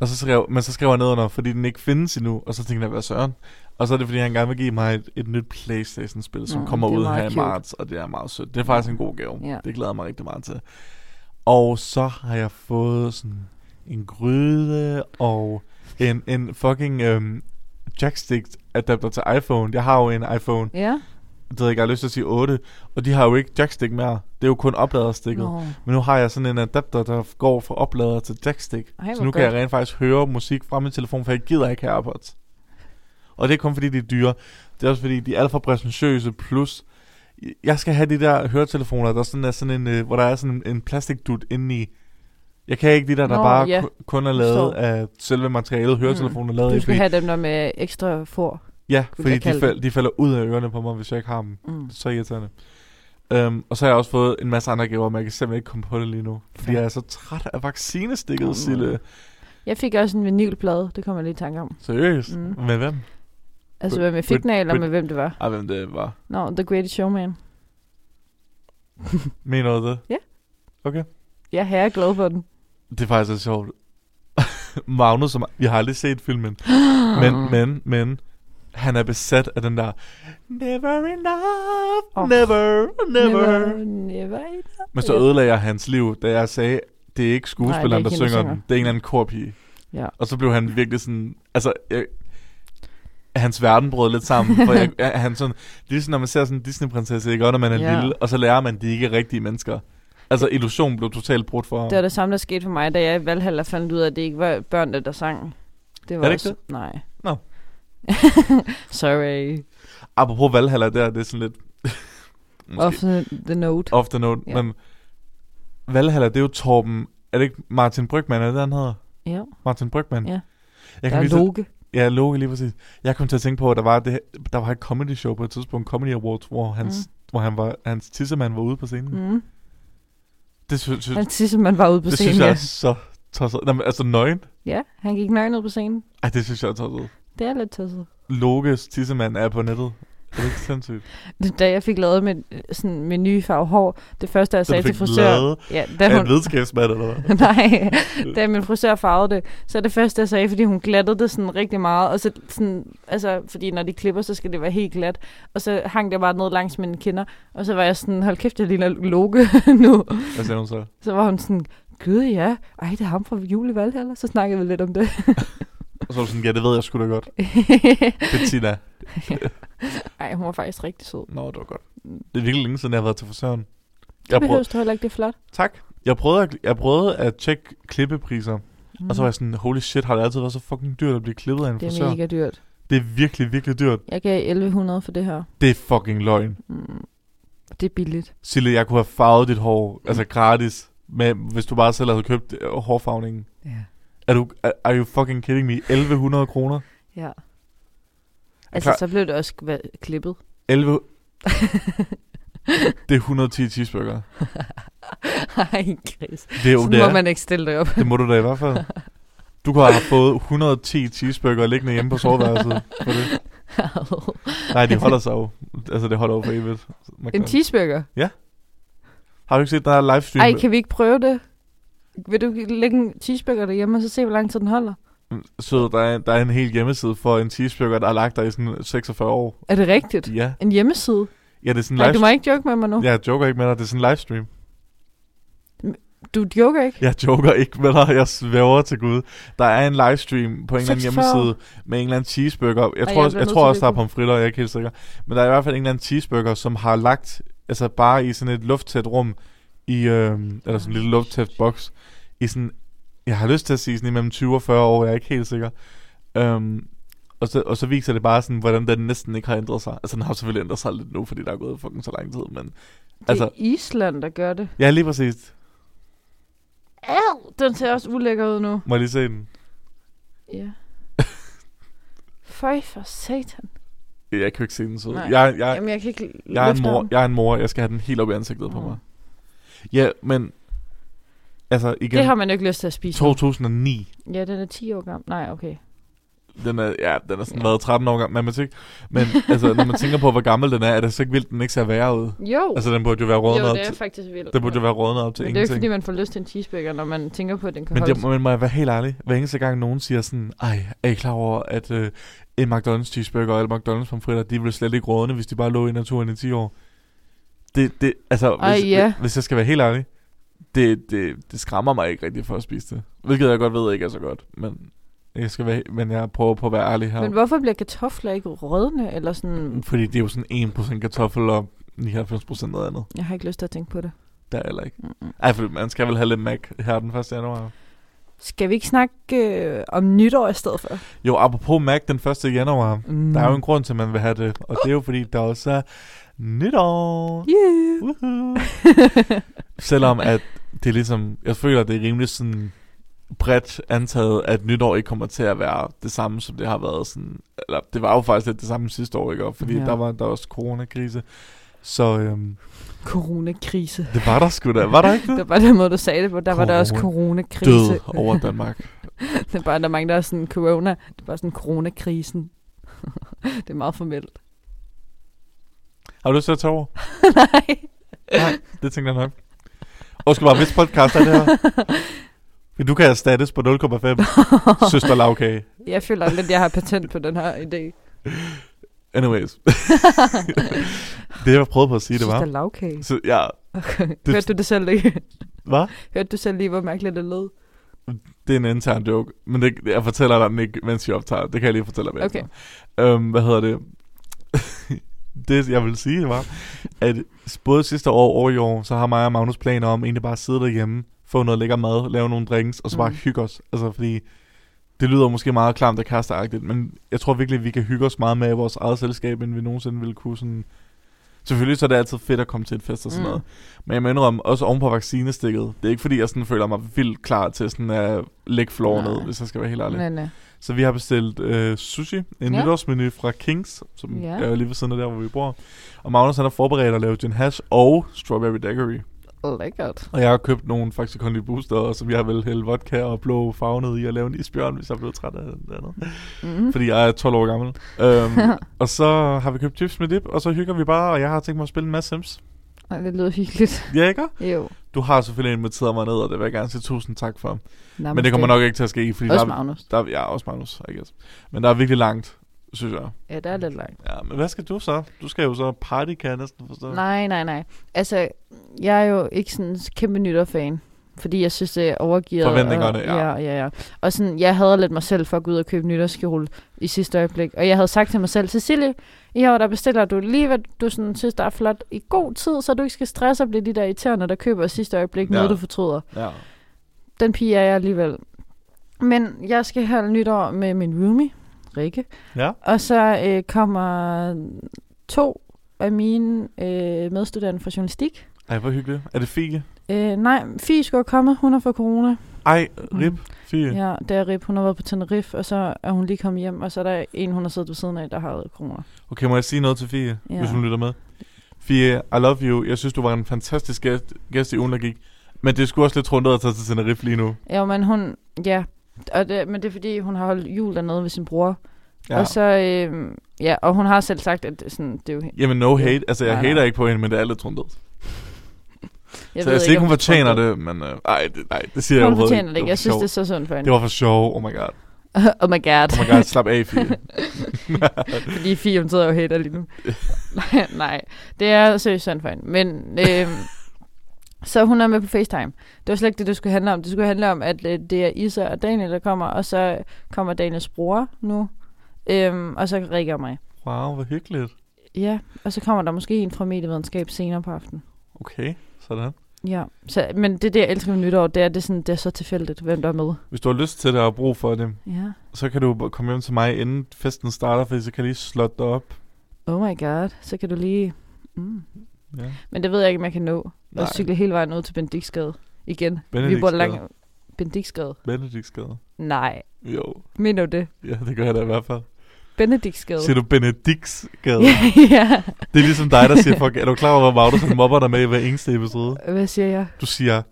Speaker 2: Og så skrev, men så skrev jeg nedenunder, fordi den ikke findes endnu. Og så tænkte jeg, hvad søren? Og så er det, fordi han gerne vil give mig et, et nyt Playstation-spil, som
Speaker 1: Nå,
Speaker 2: kommer
Speaker 1: det er
Speaker 2: ud
Speaker 1: meget
Speaker 2: her i
Speaker 1: cute.
Speaker 2: marts. Og det er meget sødt. Det er faktisk en god gave.
Speaker 1: Ja.
Speaker 2: Det glæder jeg mig rigtig meget til. Og så har jeg fået sådan en gryde og en, en fucking øhm, jackstick adapter til iPhone. Jeg har jo en iPhone,
Speaker 1: Ja.
Speaker 2: det ved jeg ikke, jeg har lyst til at sige 8, og de har jo ikke jackstick mere. Det er jo kun opladerstikket.
Speaker 1: Nå.
Speaker 2: Men nu har jeg sådan en adapter, der går fra oplader til jackstick.
Speaker 1: Ej, hvor
Speaker 2: så nu kan
Speaker 1: godt.
Speaker 2: jeg rent faktisk høre musik fra min telefon, for jeg gider ikke have AirPods. Og det er kun fordi, de er dyre. Det er også fordi, de er alt for præsentøse, plus jeg skal have de der høretelefoner, der sådan er sådan en, øh, hvor der er sådan en, en plastikdut indeni. Jeg kan ikke de der, der
Speaker 1: Nå,
Speaker 2: bare
Speaker 1: ja.
Speaker 2: ku- kun er lavet
Speaker 1: Forstår.
Speaker 2: af selve materialet, høretelefoner mm. lavet
Speaker 1: Du
Speaker 2: i.
Speaker 1: skal
Speaker 2: Fordi,
Speaker 1: have dem der med ekstra for.
Speaker 2: ja,
Speaker 1: jeg
Speaker 2: fordi de,
Speaker 1: kalde
Speaker 2: fal- de falder ud af ørerne på mig, hvis jeg ikke har dem.
Speaker 1: Mm.
Speaker 2: Så irriterende. Um, og så har jeg også fået en masse andre gaver, men jeg kan simpelthen ikke komme på det lige nu. Fordi jeg er så træt af vaccinestikket,
Speaker 1: Åh,
Speaker 2: oh, Sille.
Speaker 1: Jeg fik også en vinylplade, det kommer jeg lige i tanke om.
Speaker 2: Seriøst?
Speaker 1: Mm.
Speaker 2: Mm. Med hvem?
Speaker 1: Altså,
Speaker 2: Brit-
Speaker 1: hvem jeg fik den af, eller
Speaker 2: Brit-
Speaker 1: med hvem det var.
Speaker 2: Ej, hvem det var.
Speaker 1: Nå, The Greatest Showman.
Speaker 2: Mener du det?
Speaker 1: Jeg er herre glad for den.
Speaker 2: Det er faktisk så sjovt. Magnus, som, vi har aldrig set filmen, men, men, men, han er besat af den der, never enough,
Speaker 1: Åh.
Speaker 2: oh. never, never,
Speaker 1: Never, never.
Speaker 2: Men så
Speaker 1: Ja.
Speaker 2: ødelagde jeg hans liv, da jeg sagde, det er ikke skuespilleren,
Speaker 1: Nej, det er
Speaker 2: der
Speaker 1: ikke hende, der
Speaker 2: synger
Speaker 1: synger.
Speaker 2: den. Det er en eller anden korpige.
Speaker 1: Ja.
Speaker 2: Og så blev han virkelig sådan... Altså, jeg, hans verden brød lidt sammen. For jeg, jeg, han sådan, det er sådan, når man ser sådan en Disney-prinsesse, ikke? Og når man er
Speaker 1: Ja.
Speaker 2: ja. lille, og så lærer man, at de ikke er rigtige mennesker. Altså, illusionen blev totalt brudt for ham.
Speaker 1: Det var det samme, der skete for mig, da jeg i Valhalla fandt ud af, at det ikke var børnene, der sang. Det var
Speaker 2: Er det
Speaker 1: også...
Speaker 2: ikke
Speaker 1: det? Nej.
Speaker 2: Nå.
Speaker 1: Sorry.
Speaker 2: Apropos Valhalla der, det er sådan lidt... måske
Speaker 1: Off the, the note.
Speaker 2: off the note.
Speaker 1: Ja.
Speaker 2: Ja. Men Valhalla, det er jo Torben... Er det ikke Martin Brygman, er det, han hedder?
Speaker 1: Ja,
Speaker 2: Martin Brygman?
Speaker 1: Ja.
Speaker 2: Jeg
Speaker 1: der er
Speaker 2: lige til-
Speaker 1: Loke.
Speaker 2: Ja, Loke lige præcis. Jeg kom til at tænke på, at der var, det, der var et comedy show på et tidspunkt, Comedy Awards, hvor hans, mm. hvor han var, hans tissemand var ude på scenen. Mm.
Speaker 1: Mm.
Speaker 2: Det, sy- sy-
Speaker 1: Han synes, at man var ude på
Speaker 2: det
Speaker 1: scenen.
Speaker 2: synes jeg
Speaker 1: ja.
Speaker 2: er så tosset. Nej, men altså nøgen.
Speaker 1: Ja, han gik nøgen ud på scenen.
Speaker 2: Ej, det synes jeg er tosset.
Speaker 1: Det er lidt tosset.
Speaker 2: Lokes tissemand er på nettet. Er det ikke sindssygt?
Speaker 1: Da jeg fik lavet mit, sådan, min nye farve hår, det første, jeg
Speaker 2: Så du
Speaker 1: sagde til
Speaker 2: fik
Speaker 1: frisøren...
Speaker 2: lavet
Speaker 1: Ja,
Speaker 2: Er
Speaker 1: da
Speaker 2: han
Speaker 1: hun,
Speaker 2: videnskabsmand eller hvad?
Speaker 1: Nej, da min frisør farvede det, så det første, jeg sagde, fordi hun glattede det sådan rigtig meget, og så sådan, altså, fordi når de klipper, så skal det være helt glat, og så hang det bare ned langs mine kinder, og så var jeg sådan, hold kæft, jeg ligner Loke nu.
Speaker 2: Hvad siger hun så?
Speaker 1: Så var hun sådan, gud ja, ej, det er ham fra julevalghaller, så snakkede vi lidt om det.
Speaker 2: Og så var du sådan, ja, det ved jeg sgu da godt. Bettina.
Speaker 1: ej, hun var faktisk rigtig sød.
Speaker 2: Nå, det var godt. Det er virkelig længe siden, jeg har været til frisøren.
Speaker 1: Det
Speaker 2: Jeg prøvede,
Speaker 1: behøver du heller ikke, det er flot.
Speaker 2: tak. Jeg prøvede, at, jeg prøvede at tjekke klippepriser. Mm. Og så var jeg sådan, holy shit, har det altid været så fucking dyrt at blive klippet af en
Speaker 1: Mm, det
Speaker 2: frisør?
Speaker 1: er mega dyrt.
Speaker 2: Det er virkelig, virkelig dyrt.
Speaker 1: Jeg gav 1100 for det her.
Speaker 2: Det er fucking løgn.
Speaker 1: Mm. Det er billigt.
Speaker 2: Sille, jeg kunne have farvet dit hår, mm. altså gratis, med, hvis du bare selv havde købt øh, hårfarvningen.
Speaker 1: Ja.
Speaker 2: Er du, er, are you fucking kidding me? 1100 kroner?
Speaker 1: ja. Altså,
Speaker 2: Altså,
Speaker 1: så blev det også kva- klippet.
Speaker 2: 11... det er 110 cheeseburger.
Speaker 1: Ej, Chris.
Speaker 2: Det er jo det,
Speaker 1: Sådan må
Speaker 2: er.
Speaker 1: man ikke stille det op.
Speaker 2: det må du da i hvert fald. Du kunne have fået 110 cheeseburger liggende hjemme på soveværelset. For det. Nej, de holder sig jo. Altså, det holder jo for evigt.
Speaker 1: en cheeseburger?
Speaker 2: Har du ikke set, der er livestream?
Speaker 1: Ej, kan vi ikke prøve det? Vil du lægge en cheeseburger derhjemme, og så se, hvor lang tid den holder?
Speaker 2: Så der er, der er en hel hjemmeside for en cheeseburger, der er lagt der i sådan 46 år.
Speaker 1: Er det rigtigt?
Speaker 2: Ja,
Speaker 1: En hjemmeside?
Speaker 2: ja det er sådan
Speaker 1: Nej,
Speaker 2: live...
Speaker 1: du må ikke joke med mig nu.
Speaker 2: Ja, jeg joker ikke med dig, det er sådan en livestream.
Speaker 1: Du joker ikke?
Speaker 2: Jeg joker ikke med dig, jeg svæver til Gud. Der er en livestream på en eller anden
Speaker 1: 46
Speaker 2: hjemmeside med en eller anden cheeseburger. Jeg
Speaker 1: Ej,
Speaker 2: tror,
Speaker 1: jeg
Speaker 2: også,
Speaker 1: bliver
Speaker 2: jeg
Speaker 1: nødt
Speaker 2: tror
Speaker 1: til
Speaker 2: også,
Speaker 1: at
Speaker 2: der er
Speaker 1: lytte.
Speaker 2: pomfritter, jeg er ikke helt sikker. Men der er i hvert fald en eller anden cheeseburger, som har lagt, altså bare i sådan et lufttæt rum, i, øh, eller sådan en lille lufttæt boks, i sådan, jeg har lyst til at sige sådan imellem 20 og 40 år, jeg er ikke helt sikker. Øhm, og så, og så viser det bare sådan, hvordan den næsten ikke har ændret sig. Altså, den har selvfølgelig ændret sig lidt nu, fordi der er gået fucking så lang tid, men...
Speaker 1: Det
Speaker 2: Altså,
Speaker 1: er Island, der gør det.
Speaker 2: ja, lige præcis.
Speaker 1: Au, den ser også ulækker ud nu.
Speaker 2: Må jeg lige se den?
Speaker 1: Ja. Føj for satan.
Speaker 2: Jeg kan jo ikke se den så.
Speaker 1: Nej.
Speaker 2: Jeg, jeg, jeg,
Speaker 1: Jamen, jeg kan ikke
Speaker 2: jeg, er en
Speaker 1: løfte
Speaker 2: mor,
Speaker 1: armen.
Speaker 2: jeg er en mor, jeg skal have den helt op i ansigtet på
Speaker 1: Mm.
Speaker 2: mig. Ja, men... Altså, igen,
Speaker 1: Det har man jo ikke lyst til at spise. nu.
Speaker 2: 2009.
Speaker 1: Ja, den er 10 år gammel. Nej, okay.
Speaker 2: Den er, ja, den er sådan været 13 år gammel matematik. Men altså, når man tænker på, hvor gammel den er, er det så ikke vildt, den ikke ser værre ud.
Speaker 1: Jo, altså,
Speaker 2: Altså, den burde jo være rådnet
Speaker 1: jo
Speaker 2: op
Speaker 1: det er
Speaker 2: til,
Speaker 1: faktisk vildt.
Speaker 2: den burde jo være rådnet op til
Speaker 1: Men det er jo ikke,
Speaker 2: ingenting.
Speaker 1: fordi man får lyst til en cheeseburger, når man tænker på, at den kan
Speaker 2: men,
Speaker 1: holde
Speaker 2: det, men må jeg være helt ærlig, hver eneste gang nogen siger sådan, ej, er I klar over, at øh, en McDonald's cheeseburger eller McDonald's pomfritter, de ville slet ikke rådne, hvis de bare lå i naturen i 10 år. Det, det, altså,
Speaker 1: Ej,
Speaker 2: hvis,
Speaker 1: ja.
Speaker 2: hvis jeg skal være helt ærlig, det, det, det skræmmer mig ikke rigtig for at spise det. Hvilket jeg godt ved ikke er så godt, men jeg, skal være, men jeg prøver på at være ærlig her.
Speaker 1: Men hvorfor bliver kartofler ikke rødne? Eller sådan...
Speaker 2: Fordi det er jo sådan 1% kartoffel og 99% noget andet.
Speaker 1: Jeg har ikke lyst til at tænke på det.
Speaker 2: Der er heller ikke.
Speaker 1: Mm-mm.
Speaker 2: Ej, for man skal vel have lidt Mac her den 1. januar.
Speaker 1: Skal vi ikke snakke øh, om nytår i stedet for?
Speaker 2: Jo, apropos Mac den 1. januar.
Speaker 1: Mm.
Speaker 2: Der er jo en grund til, at man vil have det. Og det er jo fordi, der også er nytår.
Speaker 1: Mm. Yeah.
Speaker 2: Woohoo. Selvom at det er ligesom... Jeg føler, at det er rimelig sådan bredt antaget, at nytår ikke kommer til at være det samme, som det har været sådan... Eller det var jo faktisk lidt det samme sidste år, ikke? Og Fordi
Speaker 1: Ja.
Speaker 2: der var der var også coronakrise. Så øhm,
Speaker 1: Coronakrise.
Speaker 2: det var der sgu da. Var der ikke det?
Speaker 1: Det var den måde, du sagde det på. Der var der også
Speaker 2: Corona.
Speaker 1: coronakrise.
Speaker 2: Død over Danmark.
Speaker 1: Det er bare, der er mange, der er sådan corona. Det er bare sådan coronakrisen. det er meget formelt.
Speaker 2: Har du lyst til at tage over?
Speaker 1: Nej.
Speaker 2: Nej, det tænkte jeg nok. Undskyld mig, hvis podcast er det her? Men Du kan erstattes på 0,5 søster lavkage.
Speaker 1: Jeg føler lidt, jeg har patent på den her idé.
Speaker 2: Anyways. det jeg prøvede på at sige, det
Speaker 1: Synes,
Speaker 2: var...
Speaker 1: der er lavkage.
Speaker 2: Så, ja, Det-
Speaker 1: Hørte du det selv ikke?
Speaker 2: hvad?
Speaker 1: Hørte du selv lige, hvor mærkeligt det lød?
Speaker 2: Det er en intern joke, men det, jeg fortæller dig den ikke, mens jeg optager. Det kan jeg lige fortælle dig bagefter.
Speaker 1: Okay.
Speaker 2: Øhm, hvad hedder det? det, jeg vil sige, det var, at både sidste år og i år, så har mig og Magnus planer om egentlig bare at sidde derhjemme, få noget lækker mad, lave nogle drinks, og så bare
Speaker 1: Mm.
Speaker 2: hygge os. Altså, fordi det lyder måske meget klamt og kasteragtigt, men jeg tror virkelig, at vi kan hygge os meget med i vores eget selskab, end vi nogensinde ville kunne sådan... Selvfølgelig så er det altid fedt at komme til et fest og sådan
Speaker 1: Mm.
Speaker 2: mm. noget. Men jeg må indrømme, også oven på vaccinestikket, det er ikke fordi, jeg sådan føler mig vildt klar til sådan at lægge floor
Speaker 1: Nej.
Speaker 2: ned, hvis jeg skal være helt ærlig.
Speaker 1: Nej, nej.
Speaker 2: Så vi har bestilt øh, sushi, en
Speaker 1: Ja.
Speaker 2: ja. nytårsmenu fra Kings, som
Speaker 1: Ja.
Speaker 2: ja. er jo lige ved siden af der, hvor vi bor. Og Magnus han har forberedt at lave gin hash og strawberry daiquiri.
Speaker 1: øh, Lækkert.
Speaker 2: Og jeg har købt nogle faktisk kun i booster, som jeg vil hælde vodka og blå farve ned i og lave en isbjørn, hvis jeg er blevet træt af det andet.
Speaker 1: Mm.
Speaker 2: Fordi jeg er 12 år gammel. Øhm, og så har vi købt chips med dip, og så hygger vi bare, og jeg har tænkt mig at spille en masse sims.
Speaker 1: Ej, det lyder hyggeligt.
Speaker 2: Ja, ikke?
Speaker 1: Jo.
Speaker 2: Du har selvfølgelig inviteret mig ned, og det vil jeg gerne sige tusind tak for.
Speaker 1: Namaste.
Speaker 2: Men det kommer nok ikke til at ske, fordi
Speaker 1: Også
Speaker 2: der, er-
Speaker 1: Magnus.
Speaker 2: der, er- ja, også Magnus, I guess. Men der er virkelig langt, synes jeg.
Speaker 1: Ja, det er lidt langt.
Speaker 2: Ja, men hvad skal du så? Du skal jo så party, kan jeg næsten forstå.
Speaker 1: Nej, nej, nej. Altså, jeg er jo ikke sådan en kæmpe nytårfan. Fordi jeg synes, det er overgivet.
Speaker 2: Forventningerne,
Speaker 1: og,
Speaker 2: ja.
Speaker 1: ja. Ja, ja, Og sådan, jeg havde lidt mig selv for at gå ud og købe nytårskjole i sidste øjeblik. Og jeg havde sagt til mig selv, Cecilie, i år der bestiller du lige, hvad du sådan, synes, der er flot i god tid, så du ikke skal stresse og blive de der irriterende, der køber i sidste øjeblik ja.
Speaker 2: Ja.
Speaker 1: noget, du fortryder.
Speaker 2: Ja.
Speaker 1: Den pige er jeg alligevel. Men jeg skal have nytår med min roomie, Rikke.
Speaker 2: Ja.
Speaker 1: Og så øh, kommer to af mine øh, medstuderende fra journalistik.
Speaker 2: Ej, hvor hyggeligt. Er det Fie?
Speaker 1: Øh, nej, Fie skulle have kommet. Hun har fået corona.
Speaker 2: Ej, Rip.
Speaker 1: Mm.
Speaker 2: Mm. Fie. Ja.
Speaker 1: Ja, der er Rip. Hun har været på Tenerife, og så er hun lige kommet hjem, og så er der en, hun har siddet ved siden af, der har haft corona.
Speaker 2: Okay, må jeg sige noget til Fie,
Speaker 1: Ja.
Speaker 2: ja. hvis hun lytter med? Fie, I love you. Jeg synes, du var en fantastisk gæst, gæst i ugen, der gik. Men det skulle også lidt rundt at tage til Tenerife lige nu.
Speaker 1: Ja, men hun... Ja, og det, men det er fordi, hun har holdt jul dernede ved sin bror.
Speaker 2: Ja.
Speaker 1: Og så... Øh, ja, og hun har selv sagt, at sådan, det er jo...
Speaker 2: Jamen, no hate. Altså, jeg
Speaker 1: Nej,
Speaker 2: nej,
Speaker 1: nej.
Speaker 2: hater ikke på hende, men det er lidt rundt. Så
Speaker 1: Jeg
Speaker 2: jeg siger ikke,
Speaker 1: om
Speaker 2: hun fortjener
Speaker 1: tror
Speaker 2: det, men... Øh, ej, det, nej, det siger
Speaker 1: Hun
Speaker 2: jeg overhovedet
Speaker 1: fortjener det ikke.
Speaker 2: var
Speaker 1: Jeg
Speaker 2: for
Speaker 1: synes,
Speaker 2: sjov.
Speaker 1: det er så sundt for hende.
Speaker 2: det var for sjov. Oh my god.
Speaker 1: oh my god.
Speaker 2: Oh my god, slap af, Fie.
Speaker 1: Fordi Fie, hun sidder jo og hater lige nu. nej, nej, det er seriøst sådan for hende. Men, øh, så hun er med på FaceTime. Det var slet ikke det, det skulle handle om. Det skulle handle om, at øh, det er Isa og Daniel, der kommer, og så kommer Daniels bror nu, øhm, og så Rikke og mig.
Speaker 2: Wow, hvor hyggeligt.
Speaker 1: Ja, og så kommer der måske en fra medievidenskab senere på aftenen.
Speaker 2: Okay, sådan.
Speaker 1: Ja, så, men det er det, jeg elsker ved nytår, det er, det er, sådan, det er så tilfældigt, hvem der er med.
Speaker 2: Hvis du har lyst til det og brug for det,
Speaker 1: Ja.
Speaker 2: så kan du komme hjem til mig, inden festen starter, fordi så kan jeg lige slåtte dig op.
Speaker 1: Oh my god, så kan du lige... Mm.
Speaker 2: Ja.
Speaker 1: Men det ved jeg ikke, om jeg kan nå.
Speaker 2: Nej.
Speaker 1: Og cykle hele vejen ud til Benediktsgade igen. Vi bor
Speaker 2: Benediktsgade.
Speaker 1: langt... Benediktsgade?
Speaker 2: Benediktsgade.
Speaker 1: Nej.
Speaker 2: Jo,
Speaker 1: Mener du det?
Speaker 2: ja, det gør jeg da i hvert fald.
Speaker 1: Benediktsgade.
Speaker 2: Siger du Benediktsgade?
Speaker 1: ja,
Speaker 2: Yeah.
Speaker 1: ja.
Speaker 2: Det er ligesom dig, der siger, fuck, er du klar over, hvor Magnus han mobber dig med i hver eneste episode?
Speaker 1: Hvad siger jeg?
Speaker 2: øhm, Du siger,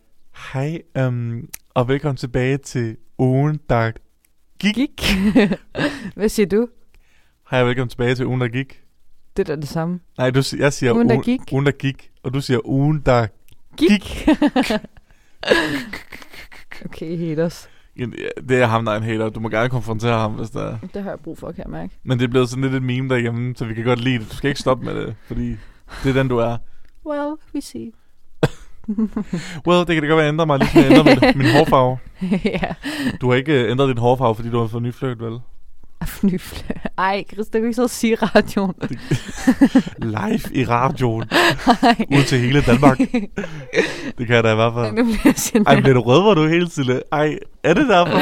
Speaker 2: hej, um, og velkommen tilbage til ugen, der gik.
Speaker 1: Gik. Hvad siger du?
Speaker 2: Hej og velkommen tilbage til ugen, der gik.
Speaker 1: Det er da det samme.
Speaker 2: Nej, du, si- jeg siger
Speaker 1: Ugen, der gik.
Speaker 2: ugen, der gik. Og du siger ugen, der...
Speaker 1: Gik.
Speaker 2: Gik.
Speaker 1: okay, haters.
Speaker 2: Jamen, ja, Det er ham, der er en hater. Du må gerne konfrontere ham, hvis der er.
Speaker 1: Det har jeg brug for, kan jeg mærke.
Speaker 2: Men det er blevet sådan lidt et meme derhjemme, så vi kan godt lide det. Du skal ikke stoppe med det, fordi det er den, du er.
Speaker 1: Well, we see.
Speaker 2: Well, det kan det godt være, at jeg ændrer mig lidt, jeg ændrer min, min hårfarve.
Speaker 1: ja.
Speaker 2: Du har ikke øh, ændret din hårfarve, fordi du har fået ny fløjt, vel?
Speaker 1: Fnyfle. Ej, Chris, det kan du ikke så sige i radioen.
Speaker 2: Live i radioen,
Speaker 1: Ej.
Speaker 2: ud til hele Danmark. Det kan jeg da i hvert fald.
Speaker 1: Nu bliver jeg
Speaker 2: Ej,
Speaker 1: generet.
Speaker 2: bliver du rødvår du hele tiden? Ej, er det derfor?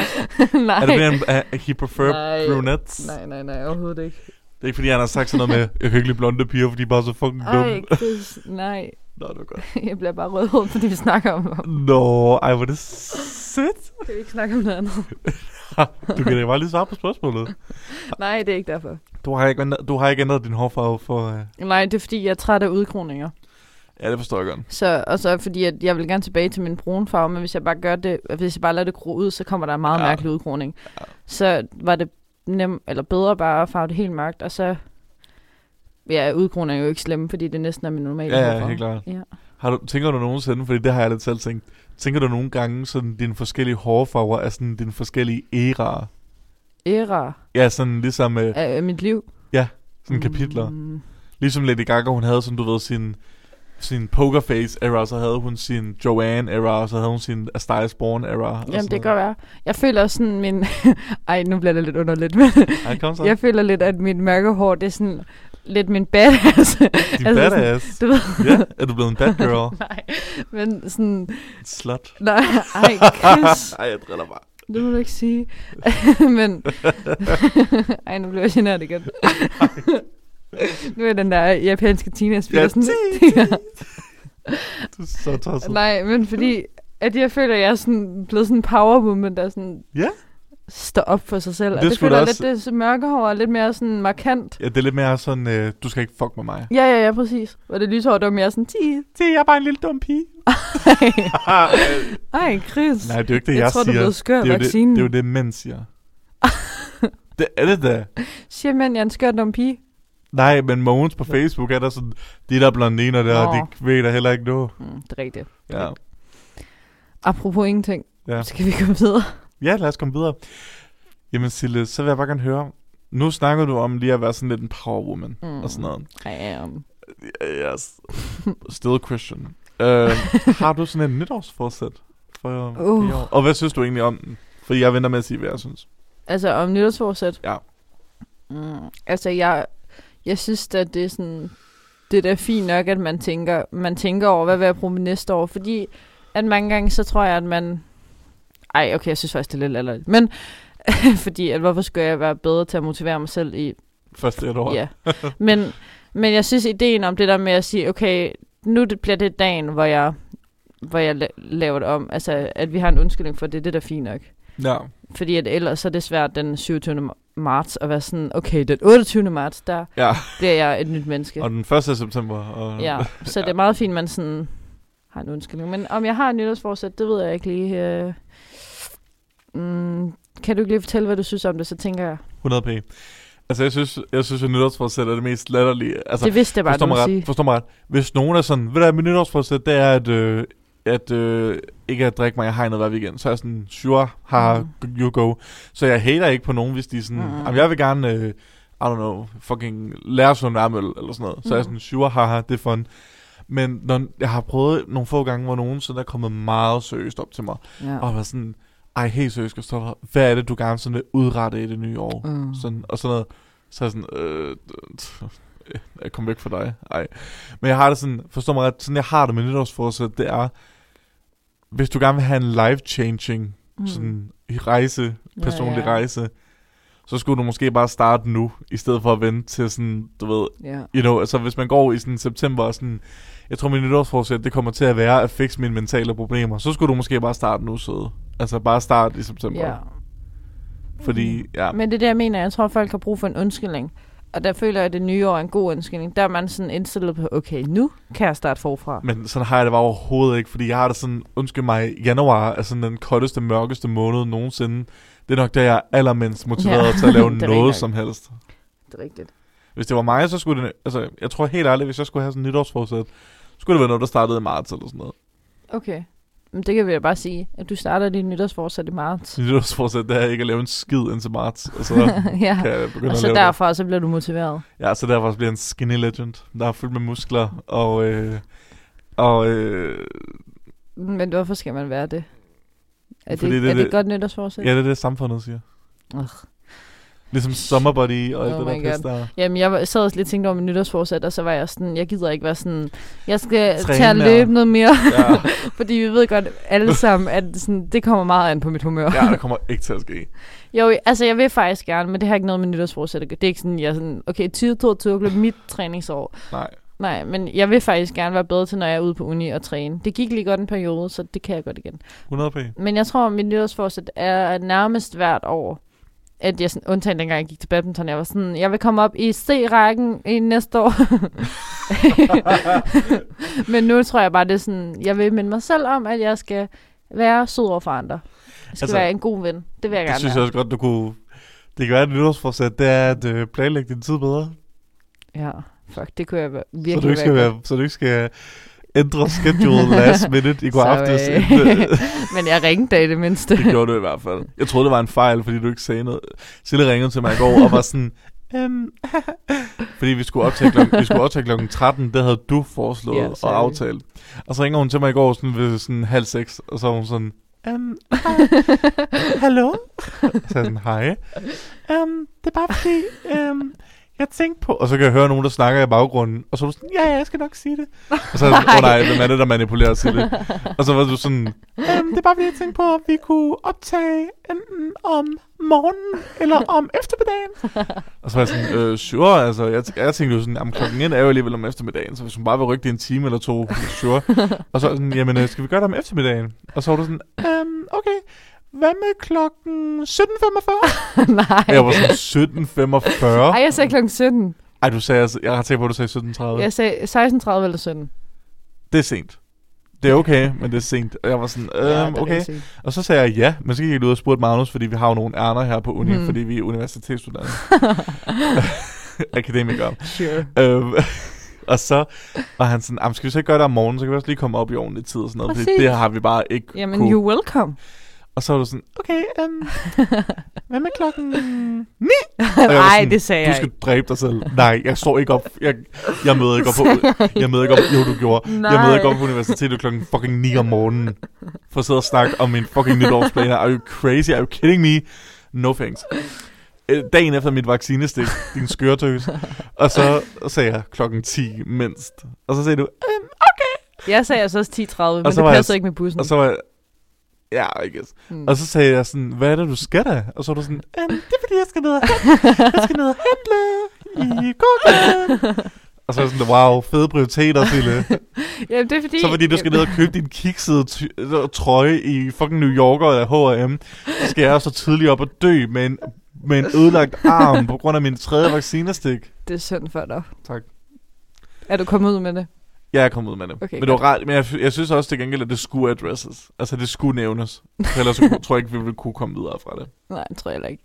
Speaker 1: Nej.
Speaker 2: Er det mere, at uh, he prefer
Speaker 1: Nej.
Speaker 2: brunettes?
Speaker 1: Nej, nej, nej, overhovedet ikke.
Speaker 2: Det er ikke, fordi han har sagt sådan noget med, jeg kan ikke lide blonde piger, fordi de er bare så fucking dumme.
Speaker 1: Ej, Chris, nej.
Speaker 2: Nå, det var godt.
Speaker 1: Jeg bliver bare rødhåret, fordi vi snakker om ham.
Speaker 2: Nå, ej, hvor er det sødt.
Speaker 1: Kan vi ikke snakke om noget andet?
Speaker 2: Du kan da bare lige svare på spørgsmålet.
Speaker 1: Nej, det er ikke derfor.
Speaker 2: Du har ikke ændret, du har ikke ændret din hårfarve for... Uh...
Speaker 1: Nej, det er fordi, jeg er træt af udkroninger.
Speaker 2: Ja, det forstår jeg godt.
Speaker 1: Så, og så fordi, at jeg vil gerne tilbage til min brune farve, men hvis jeg bare gør det, hvis jeg bare lader det gro ud, så kommer der en meget
Speaker 2: Ja.
Speaker 1: ja. mærkelig udkroning. Ja. Så var det nem, eller bedre bare at farve det helt mørkt, og så Ja, udkroning er jo ikke slemme, fordi det næsten er min normale
Speaker 2: Ja, ja,
Speaker 1: hårfarve.
Speaker 2: helt klart.
Speaker 1: Ja.
Speaker 2: Har du, tænker du nogensinde, fordi det har jeg lidt selv tænkt, tænker du nogle gange, sådan dine forskellige hårfarver er sådan dine forskellige æraer?
Speaker 1: Æra
Speaker 2: Ja, sådan ligesom øh,
Speaker 1: af af mit liv.
Speaker 2: sådan kapitler.
Speaker 1: Mm,
Speaker 2: Ligesom Lady Gaga, hun havde sådan, du ved, sin, sin pokerface-era, så havde hun sin Joanne-era, og så havde hun sin A Star is Born-era. og sådan
Speaker 1: jamen, det kan
Speaker 2: noget.
Speaker 1: godt være. Jeg føler også sådan min... Ej, nu bliver det lidt underligt, men
Speaker 2: Ej, kom så.
Speaker 1: jeg føler lidt, at mit mørke hår, det er sådan lidt min badass.
Speaker 2: Din
Speaker 1: altså, sådan-
Speaker 2: badass.
Speaker 1: Du ved,
Speaker 2: Ja, er du blevet en bad girl?
Speaker 1: nej, men sådan...
Speaker 2: En Slut.
Speaker 1: Nej, ej, Chris.
Speaker 2: Ej, jeg driller bare.
Speaker 1: Det må du ikke sige. Men... Ej, nu bliver jeg generet igen. nu er den der japanske teenage
Speaker 2: Ja,
Speaker 1: ja, sådan...
Speaker 2: Du er så tosset.
Speaker 1: Nej, men fordi... At jeg føler, at jeg er sådan, blevet sådan en power woman, der sådan...
Speaker 2: Ja.
Speaker 1: Står op for sig selv.
Speaker 2: Det
Speaker 1: Det, det
Speaker 2: skulle
Speaker 1: føler
Speaker 2: da
Speaker 1: jeg lidt,
Speaker 2: også-
Speaker 1: det så mørkehår er lidt mere sådan markant.
Speaker 2: Ja, det er lidt mere sådan, øh, du skal ikke fuck med mig.
Speaker 1: Ja, ja, ja, præcis. Og det lyshår, det var mere sådan... "Ti."
Speaker 2: Se, jeg er bare en lille dum pige.
Speaker 1: Ej, Chris.
Speaker 2: Nej, det er jo ikke det, jeg,
Speaker 1: jeg, tror, du
Speaker 2: siger.
Speaker 1: er blevet skør
Speaker 2: det, er jo det,
Speaker 1: vaccinen.
Speaker 2: det er jo det, mænd siger. det er det da.
Speaker 1: Siger mænd, jeg er en skør dum pige.
Speaker 2: Nej, men Mogens på Facebook er der sådan, de der blondiner der,
Speaker 1: Nå.
Speaker 2: de ved der heller ikke noget.
Speaker 1: Mm, det er rigtigt.
Speaker 2: Ja.
Speaker 1: Apropos ingenting.
Speaker 2: Ja.
Speaker 1: Ja. Skal vi komme videre?
Speaker 2: ja, lad os komme videre. Jamen Sille, så vil jeg bare gerne høre. Nu snakker du om lige at være sådan lidt en powerwoman mm. og sådan noget.
Speaker 1: Ja, um,
Speaker 2: Yes. Still Christian. Uh, har du sådan en nytårsforsæt for uh.
Speaker 1: Uh.
Speaker 2: i år? Og hvad synes du egentlig om den? Fordi jeg venter med at sige, hvad jeg synes.
Speaker 1: altså om nytårsforsæt?
Speaker 2: Ja.
Speaker 1: Mm, altså jeg, jeg synes at det er sådan, det er da fint nok, at man tænker, man tænker over, hvad vil jeg bruge mit næste år? Fordi at mange gange, så tror jeg, at man... Ej, okay, jeg synes faktisk, det er lidt latterligt. Men fordi, at hvorfor skulle jeg være bedre til at motivere mig selv i
Speaker 2: Første et år.
Speaker 1: Ja. Men, men jeg synes, ideen om det der med at sige, okay, nu det bliver det dagen, hvor jeg, hvor jeg la- laver det om. Altså, at vi har en undskyldning for det, det er da fint nok.
Speaker 2: ja.
Speaker 1: Fordi at ellers så er det svært den 27. ma- marts at være sådan, okay, den 28. marts, der
Speaker 2: Ja,
Speaker 1: bliver jeg et nyt menneske.
Speaker 2: og den 1. september. Og
Speaker 1: Ja, så det er meget fint, man sådan har en undskyldning. Men om jeg har en nytårsforsæt, det ved jeg ikke lige. Øh... Mm, kan du ikke lige fortælle, hvad du synes om det, så tænker jeg.
Speaker 2: 100 p. Altså, jeg synes, jeg synes at nytårsforsæt er det mest latterlige. Altså,
Speaker 1: Altså, det vidste jeg bare,
Speaker 2: forstår
Speaker 1: du
Speaker 2: mig,
Speaker 1: ville
Speaker 2: ret,
Speaker 1: sige.
Speaker 2: forstår mig ret. Hvis nogen er sådan, ved du hvad, min nytårsforsæt, det er, at, øh, at øh, ikke at drikke mig i hegnet hver weekend. Så er jeg sådan, sure, haha, mm. you go. Så jeg hater ikke på nogen, hvis de er sådan,
Speaker 1: Mm.
Speaker 2: mm. jeg vil gerne, øh, I don't know, fucking lære sådan nærmøl, eller sådan noget. Så er jeg
Speaker 1: Mm.
Speaker 2: sådan, sure, haha, det er fun. Men når, jeg har prøvet nogle få gange, hvor nogen sådan er kommet meget seriøst op til mig,
Speaker 1: Ja.
Speaker 2: og var sådan, ej, helt seriøst, Christoffer, hvad er det, du gerne sådan vil udrette i det nye år?
Speaker 1: Mm.
Speaker 2: Sådan, og sådan noget. Så er jeg sådan, øh, t- øh, jeg kom væk fra dig. Ej. Men jeg har det sådan, forstår mig ret, sådan jeg har det med nytårsforsæt, det er, hvis du gerne vil have en life-changing mm. sådan, i rejse,
Speaker 1: Ja,
Speaker 2: personlig
Speaker 1: ja.
Speaker 2: rejse, så skulle du måske bare starte nu, i stedet for at vente til sådan, du ved,
Speaker 1: Ja.
Speaker 2: you know, altså hvis man går i sådan september og sådan, jeg tror min nytårsforsæt, det kommer til at være at fikse mine mentale problemer, så skulle du måske bare starte nu, søde. Altså bare starte i september.
Speaker 1: ja.
Speaker 2: Fordi, ja,
Speaker 1: Men det er det, jeg mener. Jeg tror, folk har brug for en undskyldning. og der føler jeg, at det nye år er en god indstilling. Der er man sådan indstillet på, okay, nu kan jeg starte forfra.
Speaker 2: Men sådan har jeg det bare overhovedet ikke, fordi jeg har det sådan, undskyld mig, januar er sådan den koldeste, mørkeste måned nogensinde. Det er nok der, jeg er allermindst motiveret
Speaker 1: Ja,
Speaker 2: ja. til at lave
Speaker 1: det er
Speaker 2: noget
Speaker 1: rigtig
Speaker 2: som helst.
Speaker 1: Det er rigtigt.
Speaker 2: Hvis det var mig, så skulle det... Altså, jeg tror helt ærligt, hvis jeg skulle have sådan en nytårsforsæt, så skulle det være noget, der startede i marts eller sådan noget.
Speaker 1: Okay. Men det kan vi da bare sige, at du starter dit nytårsforsæt i marts.
Speaker 2: Så nytårsforsæt, det er ikke at lave en skid indtil marts, og så
Speaker 1: ja.
Speaker 2: Mm. kan jeg begynde
Speaker 1: Og
Speaker 2: at
Speaker 1: så
Speaker 2: lave det.
Speaker 1: derfra, så bliver du motiveret.
Speaker 2: Ja, så derfor bliver jeg en skinny legend, der er fyldt med muskler, og, øh, og øh,
Speaker 1: Men hvorfor skal man være det? Er det,
Speaker 2: Fordi
Speaker 1: det,
Speaker 2: det-
Speaker 1: er det,
Speaker 2: det-
Speaker 1: et godt nytårsforsæt?
Speaker 2: ja, det er det, samfundet siger.
Speaker 1: Ugh.
Speaker 2: Ligesom Summerbody og alt
Speaker 1: Oh
Speaker 2: det
Speaker 1: my
Speaker 2: der
Speaker 1: God.
Speaker 2: pis der.
Speaker 1: Jamen, jeg var- sad også lidt og tænkte over min nytårsforsæt, og så var jeg sådan, jeg gider ikke være sådan, jeg skal
Speaker 2: Træne
Speaker 1: tage at
Speaker 2: og-
Speaker 1: løbe noget mere,
Speaker 2: Ja,
Speaker 1: fordi vi ved godt alle sammen, at sådan, det kommer meget an på mit humør.
Speaker 2: ja, det kommer ikke til at ske.
Speaker 1: Jo, altså jeg vil faktisk gerne, men det har ikke noget med nytårsforsæt at gøre. Det er ikke sådan, jeg er sådan, okay, 2022 blev mit træningsår.
Speaker 2: Nej.
Speaker 1: Nej, men jeg vil faktisk gerne være bedre til, når jeg er ude på uni og træne. Det gik lige godt en periode, så det kan jeg godt igen.
Speaker 2: 100 p.
Speaker 1: Men jeg tror, at mit nytårsforsæt er nærmest hvert år, at jeg sådan, undtagen dengang jeg gik til badminton, jeg var sådan, jeg vil komme op i C-rækken i næste år. men nu tror jeg bare, det er sådan, jeg vil minde mig selv om, at jeg skal være sød over for andre. Jeg skal altså,
Speaker 2: Altså,
Speaker 1: være en god ven. Det vil jeg gerne
Speaker 2: Det synes
Speaker 1: være.
Speaker 2: jeg også godt, du kunne... Det kan være, at nytårsforsæt, det er at øh, planlægge din tid bedre.
Speaker 1: Ja, fuck, det kunne jeg være-
Speaker 2: Så
Speaker 1: virkelig
Speaker 2: du, ikke skal
Speaker 1: være
Speaker 2: være, så du ikke skal ændre schedule last minute i går
Speaker 1: Sorry.
Speaker 2: aftes. inden, øh,
Speaker 1: Men jeg ringte da i det mindste.
Speaker 2: Det gjorde du i hvert fald. Jeg troede, det var en fejl, fordi du ikke sagde noget. Sille ringede til mig i går og var sådan... Øhm, fordi vi skulle optage klokken, vi skulle optage klokken 13, det havde du foreslået
Speaker 1: Ja,
Speaker 2: yeah,
Speaker 1: sorry.
Speaker 2: og aftalt. Og så ringer hun til mig i går sådan ved sådan halv seks, og så var hun sådan, øhm, hallo? Så er jeg sådan, hej. Øhm, det er bare fordi, øhm, jeg tænkte på... Og så kan jeg høre nogen, der snakker i baggrunden, og så er du sådan, ja, ja, jeg skal nok sige det. Og så er jeg sådan, åh oh, nej, hvem er det, der manipulerer Sille? Og så var du sådan, øhm, det er bare fordi, jeg tænkte på, at vi kunne optage enten om morgenen eller om eftermiddagen. Og så var jeg sådan, øh, sure, altså, jeg, tæ- jeg tænkte jo sådan, jamen klokken 1 er jo alligevel om eftermiddagen, så hvis hun bare vil rykke det en time eller to, sure. Og så var jeg sådan, jamen øh, skal vi gøre det om eftermiddagen? Og så var du sådan, øhm, okay, hvad med klokken 17.45?
Speaker 1: Nej.
Speaker 2: Og Jeg var sådan 17.45.
Speaker 1: Ej, jeg sagde klokken 17.
Speaker 2: Ej, du sagde, altså, jeg har tænkt på, at du sagde 17.30.
Speaker 1: Jeg sagde 16.30 eller 17.
Speaker 2: Det er sent. Det er okay, men det er sent. Og jeg var sådan, øhm,
Speaker 1: Ja, det er
Speaker 2: okay.
Speaker 1: ikke sent.
Speaker 2: Og så sagde jeg ja, men så gik jeg ud og spurgte Magnus, fordi vi har jo nogle ærner her på uni,
Speaker 1: Mm.
Speaker 2: mm. fordi vi er universitetsstuderende. Akademikere.
Speaker 1: Sure.
Speaker 2: Øhm, og så var han sådan, "Jamen, skal vi så ikke gøre det om morgenen, så kan vi også lige komme op i ordentlig tid og sådan noget, fordi
Speaker 1: Præcis.
Speaker 2: det har vi bare ikke
Speaker 1: Jamen,
Speaker 2: kunne.
Speaker 1: you're welcome.
Speaker 2: Og så var du sådan, okay, øhm, hvad med klokken 9?
Speaker 1: Nej, det sagde
Speaker 2: Du
Speaker 1: jeg
Speaker 2: skal dræbe dig selv. Nej, jeg står ikke op. Jeg, jeg møder ikke op på... Jeg møder ikke op... Jo, du gjorde. Nej. Jeg
Speaker 1: Nej.
Speaker 2: møder ikke op på universitetet klokken fucking 9 om morgenen. For at sidde og snakke om min fucking nytårsplaner. Are you crazy? Are you kidding me? No thanks. Øh, Dagen efter mit vaccinestik, din skørtøs. Og så sagde jeg klokken 10 mindst. Og så sagde du, øhm,
Speaker 1: Jeg sagde altså også 10.30, men
Speaker 2: så
Speaker 1: det
Speaker 2: var jeg-
Speaker 1: passede ikke med bussen.
Speaker 2: og så var jeg, ja, I guess.
Speaker 1: Mm.
Speaker 2: Og så sagde jeg sådan, hvad er det, du skal da? Og så var du sådan, øhm, det er fordi, jeg skal ned og handle. Jeg skal ned og handle i gågaden. Og så var jeg sådan, wow, fede prioriteter, Sille.
Speaker 1: Jamen, det er fordi...
Speaker 2: Så fordi du skal ned og købe din kiksede ty- øh, trøje i fucking New Yorker eller H&M, så skal jeg så tidligt op og dø med en, med en ødelagt arm på grund af min tredje vaccinestik.
Speaker 1: Det er synd for dig.
Speaker 2: Tak.
Speaker 1: Er du kommet ud med det?
Speaker 2: Jeg er kommet ud med det.
Speaker 1: Okay,
Speaker 2: men det var
Speaker 1: godt.
Speaker 2: rart, men jeg, jeg synes også til gengæld, at det skulle addresses. Altså, det skulle nævnes. For ellers så kunne- tror jeg ikke, vi ville kunne komme videre fra det.
Speaker 1: Nej, det tror jeg heller ikke.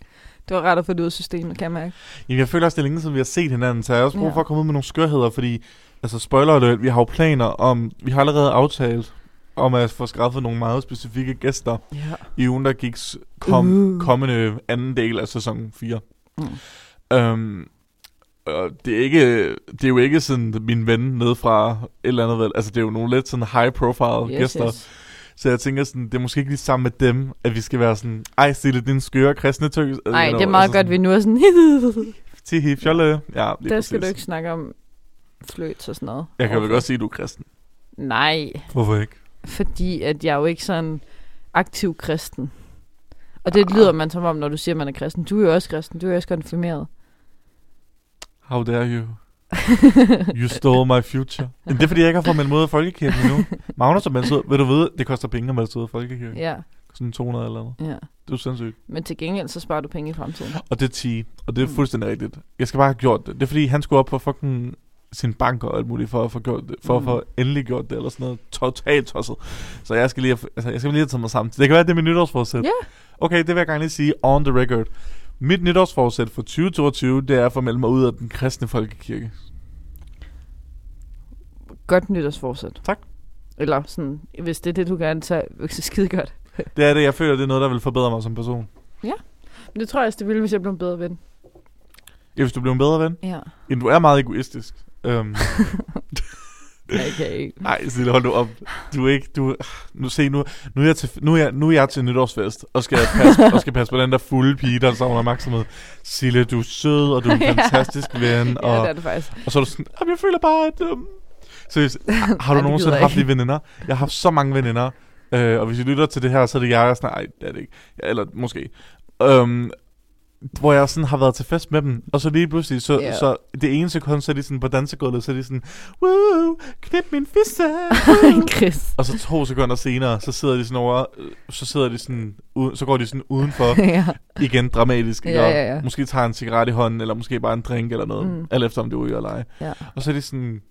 Speaker 1: Det var rart at få det ud af systemet, kan jeg mærke.
Speaker 2: Jamen, jeg føler også, det er længe siden, vi har set hinanden, så jeg har også brug
Speaker 1: Ja.
Speaker 2: for at komme ud med nogle skørheder, fordi, altså spoiler alert, vi har jo planer om, vi har allerede aftalt om at få skaffet nogle meget specifikke gæster
Speaker 1: Ja.
Speaker 2: i ugen, der gik kom,
Speaker 1: Uh.
Speaker 2: uh. kommende anden del af sæson 4.
Speaker 1: Mm.
Speaker 2: Um, og det er, ikke, det er jo ikke sådan min ven nede fra et eller andet, vel? altså det er jo nogle lidt sådan high profile yes, gæster, yes. så jeg tænker sådan, det er måske ikke lige sammen med dem, at vi skal være sådan, ej Stille, din skøre kristne tøs. Altså,
Speaker 1: Nej, det er meget godt, vi nu er sådan...
Speaker 2: Tihi, fjolle. Ja, lige
Speaker 1: Der
Speaker 2: præcis.
Speaker 1: skal du ikke snakke om fløjt og sådan noget.
Speaker 2: Jeg kan vel godt sige, at du er kristen.
Speaker 1: Nej,
Speaker 2: Hvorfor ikke?
Speaker 1: fordi at jeg er jo ikke sådan aktiv kristen. Og det lyder man som om, når du siger, at man er kristen. Du er jo også kristen, du er jo også konfirmeret.
Speaker 2: How dare you? You stole my future. Men det er, fordi jeg ikke har fået meldt mig ud af folkekirken endnu. Magnus har meldt sig ud. Vil du vide, det koster penge at melde sig ud af folkekirken?
Speaker 1: Ja.
Speaker 2: Det sådan 200 eller noget.
Speaker 1: Ja.
Speaker 2: Det er jo sindssygt.
Speaker 1: Men til gengæld, så sparer du penge i fremtiden.
Speaker 2: Og det er 10, og det er
Speaker 1: Mm.
Speaker 2: fuldstændig rigtigt. Jeg skal bare have gjort det. Det er fordi, han skulle op på fucking sin bank og alt muligt for at få gjort det, for
Speaker 1: Mm.
Speaker 2: at få endelig gjort det, eller sådan noget totalt tosset. Så jeg skal lige, have- altså, jeg skal lige have taget mig sammen. Det kan være, det er mit nytårsforsæt.
Speaker 1: Ja.
Speaker 2: Okay, det vil jeg gerne lige sige on the record. Mit nytårsforsæt for 2022, det er at formelde mig ud af den kristne folkekirke.
Speaker 1: Godt nytårsforsæt.
Speaker 2: Tak.
Speaker 1: Eller sådan, hvis det er det, du gerne tager, så skide godt.
Speaker 2: Det er det, jeg føler, det er noget, der vil forbedre mig som person.
Speaker 1: Men det tror jeg også, det ville, hvis jeg blev en bedre ven.
Speaker 2: Ja, hvis du bliver en bedre ven,
Speaker 1: Ja.
Speaker 2: end du er meget egoistisk. Øhm,
Speaker 1: Okay.
Speaker 2: Nej, Sille, hold nu op. Du er ikke, du... Nu se, nu, nu, er jeg til, nu, er jeg, nu er jeg til nytårsfest, og skal, passe, og skal passe på den der fulde pige, der savner opmærksomhed. Sille, du er sød, og du er en
Speaker 1: Ja.
Speaker 2: fantastisk ven,
Speaker 1: Ja, det
Speaker 2: og,
Speaker 1: er det faktisk.
Speaker 2: og så er du sådan, "Jamen, jeg føler bare, at... Um... Seriøst, har- har
Speaker 1: Ej,
Speaker 2: du
Speaker 1: det
Speaker 2: nogensinde
Speaker 1: gider jeg
Speaker 2: haft de
Speaker 1: ikke.
Speaker 2: veninder? Jeg har haft så mange veninder, øh, og hvis I lytter til det her, så er det jeg, jeg er sådan, nej, det er det ikke. Ja, eller måske. Øhm, hvor jeg sådan har været til fest med dem, og så lige pludselig, så,
Speaker 1: Ja.
Speaker 2: yeah. så det ene sekund, så er de sådan på dansegulvet, så er de sådan, woo, knip min fisse,
Speaker 1: Chris.
Speaker 2: og så to sekunder senere, så sidder de sådan over, øh, så sidder de sådan, uden, så går de sådan udenfor,
Speaker 1: ja.
Speaker 2: igen dramatisk, ikke?
Speaker 1: Ja,
Speaker 2: Og
Speaker 1: ja, ja.
Speaker 2: Måske tager en cigaret i hånden, eller måske bare en drink eller noget,
Speaker 1: Mm.
Speaker 2: mm. alt efter om det er ude eller ej.
Speaker 1: Ja.
Speaker 2: Og så er de sådan,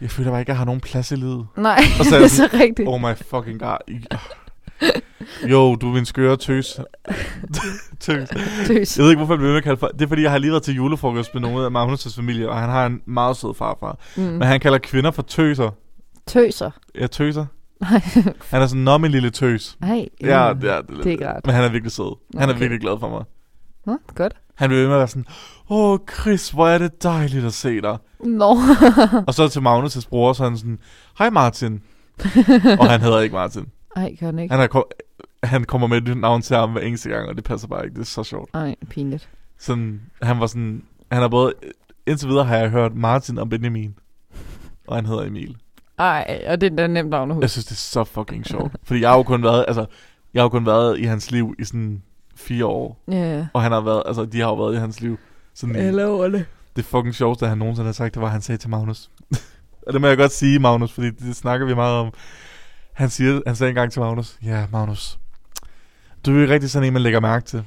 Speaker 2: jeg føler bare ikke, at jeg har nogen plads i livet.
Speaker 1: Nej,
Speaker 2: Og så er
Speaker 1: det
Speaker 2: jeg
Speaker 1: er så rigtigt.
Speaker 2: Oh my fucking god. I- Jo, du er min skøre tøs. tøs.
Speaker 1: Tøs.
Speaker 2: Jeg ved ikke, hvorfor jeg bliver ved med at kalde for. Det er, fordi jeg har lige været til julefrokost med nogen af Magnus' familie, og han har en meget sød farfar.
Speaker 1: Mm.
Speaker 2: Men han kalder kvinder for tøser.
Speaker 1: Tøser.
Speaker 2: Ja, tøser.
Speaker 1: Nej.
Speaker 2: Han er sådan, nå min lille tøs.
Speaker 1: Nej.
Speaker 2: Ja, ja, det er lidt-
Speaker 1: Det er ikke rart.
Speaker 2: Men han er virkelig sød. Han er
Speaker 1: Okay.
Speaker 2: virkelig glad for mig.
Speaker 1: Nå, godt.
Speaker 2: Han vil ved med at være sådan, åh Chris, hvor er det dejligt at se dig.
Speaker 1: Nå.
Speaker 2: og så til Magnus' bror, så er han sådan, hej Martin. og han hedder ikke Martin.
Speaker 1: Ej, gør den ikke.
Speaker 2: Han, er kom- han kommer med et nyt navn til ham hver eneste gang, og det passer bare ikke. Det er så sjovt.
Speaker 1: Ej, pinligt.
Speaker 2: Sådan, han var sådan, han er både, indtil videre har jeg hørt Martin og Benjamin. Og han hedder Emil.
Speaker 1: Ej, og det er da nemt navn at
Speaker 2: Jeg
Speaker 1: huske.
Speaker 2: synes, det er så fucking sjovt. Fordi jeg har jo kun været, altså, jeg har jo kun været i hans liv i sådan fire år.
Speaker 1: Ja, ja.
Speaker 2: Og han har været, altså, de har jo været i hans liv. Sådan i,
Speaker 1: Eller Ole.
Speaker 2: det fucking sjoveste, han nogensinde har sagt, det var, at han sagde til Magnus. og det må jeg godt sige, Magnus, fordi det snakker vi meget om. Han, siger, han sagde engang til Magnus, ja, Magnus, du er jo ikke rigtig sådan en, man lægger mærke til.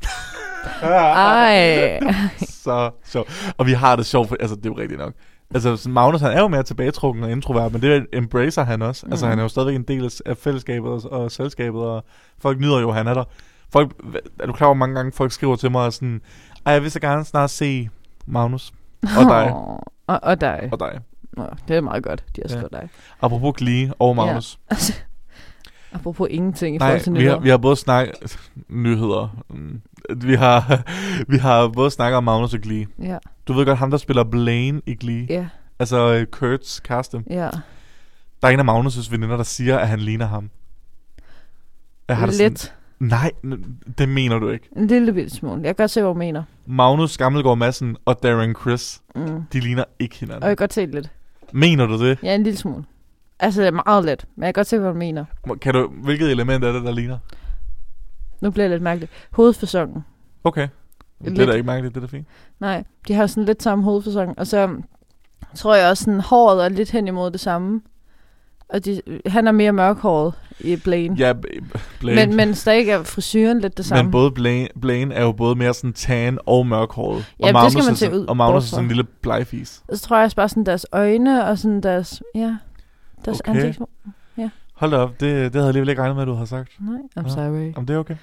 Speaker 1: Ej.
Speaker 2: så sjovt. Og vi har det sjovt, for, altså det er jo rigtigt nok. Altså sådan, Magnus, han er jo mere tilbagetrukken og introvert, men det embracer han også. Mm. Altså
Speaker 1: Mm.
Speaker 2: han er jo stadigvæk en del af fællesskabet og, og selskabet, og folk nyder jo, at han er der. Folk, er du klar over, hvor mange gange folk skriver til mig og sådan, ej, jeg vil så gerne snart se Magnus og dig
Speaker 1: Åh, Og, og dig.
Speaker 2: og dig.
Speaker 1: Nå, det er meget godt, de har
Speaker 2: Ja.
Speaker 1: skrevet dig.
Speaker 2: Apropos Glee og Magnus.
Speaker 1: Apropos ingenting i
Speaker 2: Nej,
Speaker 1: forhold til
Speaker 2: vi har,
Speaker 1: nyheder.
Speaker 2: vi har både snakket... Nyheder. Mm. Vi har, vi har både snakket om Magnus og Glee.
Speaker 1: Ja,
Speaker 2: Du ved godt, ham der spiller Blaine i Glee.
Speaker 1: ja,
Speaker 2: Altså øh, Kurt's kæreste.
Speaker 1: ja.
Speaker 2: Der er en af Magnus' veninder, der siger, at han ligner ham. Jeg har det
Speaker 1: Lidt.
Speaker 2: Sådan, nej, n- det mener du ikke.
Speaker 1: En lille bitte smule. Jeg kan godt se, hvad du mener.
Speaker 2: Magnus Gammelgaard Madsen og Darren Chris,
Speaker 1: Mm.
Speaker 2: de ligner ikke
Speaker 1: Og jeg
Speaker 2: hinanden.
Speaker 1: kan godt se det lidt.
Speaker 2: Mener du det?
Speaker 1: Ja, en lille smule. Altså, meget let. Men jeg kan godt se, hvad du mener.
Speaker 2: Må- Kan du, hvilket element er det, der ligner?
Speaker 1: Nu bliver det lidt mærkeligt. Hovedfasongen.
Speaker 2: Okay. Det er
Speaker 1: Lidt.
Speaker 2: da ikke mærkeligt, det er da fint.
Speaker 1: Nej, de har sådan lidt samme hovedfasong. Og så tror jeg også, sådan, håret er lidt hen imod det samme. Og de, han er mere mørkhåret i Blaine.
Speaker 2: Ja, b- Blaine.
Speaker 1: Men, men stadig er frisyren lidt det samme.
Speaker 2: Men både Blaine, Blaine er jo både mere sådan tan og mørkhåret.
Speaker 1: Jamen, det
Speaker 2: og Magnus
Speaker 1: skal man
Speaker 2: er sådan-
Speaker 1: se ud
Speaker 2: Og Magnus er
Speaker 1: hvorfor.
Speaker 2: sådan en lille blegfis.
Speaker 1: Og så tror jeg også bare sådan deres øjne og sådan deres, ja, deres
Speaker 2: Okay.
Speaker 1: okay. ansigt.
Speaker 2: Hold da op, det, det havde jeg alligevel ikke regnet med, at du havde sagt.
Speaker 1: Nej, I'm
Speaker 2: Nå.
Speaker 1: sorry.
Speaker 2: Om det er okay.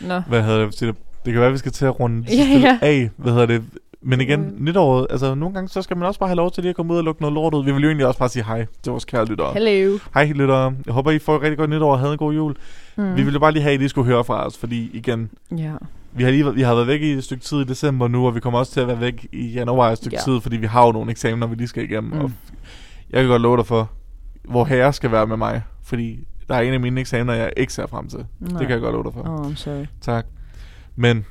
Speaker 1: Nå.
Speaker 2: Hvad hedder det? Stille? Det kan være, vi skal til at runde det
Speaker 1: Ja,
Speaker 2: ja,
Speaker 1: ja.
Speaker 2: ja. af. Hvad hedder det? Men igen,
Speaker 1: Mm.
Speaker 2: mm. nytåret, altså nogle gange, så skal man også bare have lov til lige at komme ud og lukke noget lort ud. Vi vil jo egentlig også bare sige hej til vores kære lyttere.
Speaker 1: Hello.
Speaker 2: Hej lyttere. Jeg håber, I får et rigtig godt nytår og havde en god jul.
Speaker 1: Mm.
Speaker 2: Mm. Vi ville bare lige have, at I lige skulle høre fra os, fordi igen,
Speaker 1: Ja.
Speaker 2: vi har, lige, været- vi har været væk i et stykke tid i december nu, og vi kommer også til at være væk i januar et stykke
Speaker 1: Ja.
Speaker 2: ja. tid, fordi vi har jo nogle eksamener, vi lige skal igennem.
Speaker 1: Mm.
Speaker 2: Mm. Og jeg kan godt love dig for, hvor herre skal være med mig, fordi der er en af mine eksamener, jeg ikke ser frem til. Nej.
Speaker 1: Nej.
Speaker 2: Det kan jeg godt love dig for.
Speaker 1: Åh, oh, I'm sorry.
Speaker 2: Tak. Men,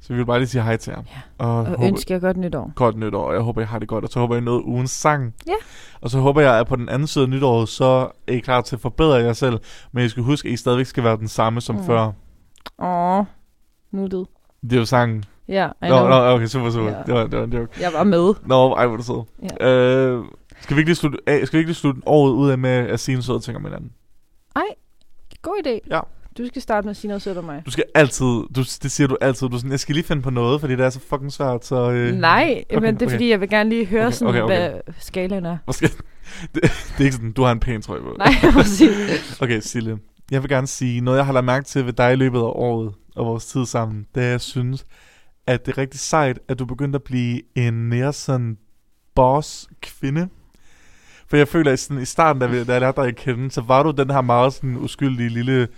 Speaker 2: så vi vil bare lige sige hej til jer. Ja. Og,
Speaker 1: Og
Speaker 2: håber,
Speaker 1: ønsker jer godt nytår.
Speaker 2: godt nytår, og jeg håber, I har det godt, og så håber jeg noget ugens sang.
Speaker 1: Ja.
Speaker 2: Og så håber jeg, at på den anden side af nytåret, så er I klar til at forbedre jer selv, men I skal huske, at I stadigvæk skal være den samme som
Speaker 1: Mm.
Speaker 2: mm. før.
Speaker 1: Åh, nuttet.
Speaker 2: Det er jo sangen.
Speaker 1: Ja, I
Speaker 2: Nå,
Speaker 1: know.
Speaker 2: nå, okay, super, super.
Speaker 1: Ja.
Speaker 2: Det var, det var en joke.
Speaker 1: Jeg var med.
Speaker 2: Nå, ej, hvor du sød.
Speaker 1: Ja.
Speaker 2: Øh, skal, vi ikke lige slutte af, skal vi ikke lige slutte året ud af med at sige en sød ting om hinanden?
Speaker 1: God idé.
Speaker 2: Ja.
Speaker 1: Du skal starte med at sige noget sødt om mig.
Speaker 2: Du skal altid, du, det siger du altid, du er sådan, jeg skal lige finde på noget, fordi det er så fucking svært, så... Øh,
Speaker 1: Nej, okay, men det er
Speaker 2: okay.
Speaker 1: okay. fordi, jeg vil gerne lige høre,
Speaker 2: Okay,
Speaker 1: okay, sådan,
Speaker 2: okay,
Speaker 1: okay,
Speaker 2: okay.
Speaker 1: okay. hvad skalaen er.
Speaker 2: Måske, det, det, er ikke sådan, du har en pæn trøje på.
Speaker 1: Nej, præcis.
Speaker 2: Okay, Sille. Jeg vil gerne sige noget, jeg har lagt mærke til ved dig i løbet af året og vores tid sammen. Det er, jeg synes, at det er rigtig sejt, at du begyndte at blive en mere sådan boss-kvinde. For jeg føler, at sådan, i starten, da, vi, da jeg lærte dig at kende, så var du den her meget sådan uskyldige lille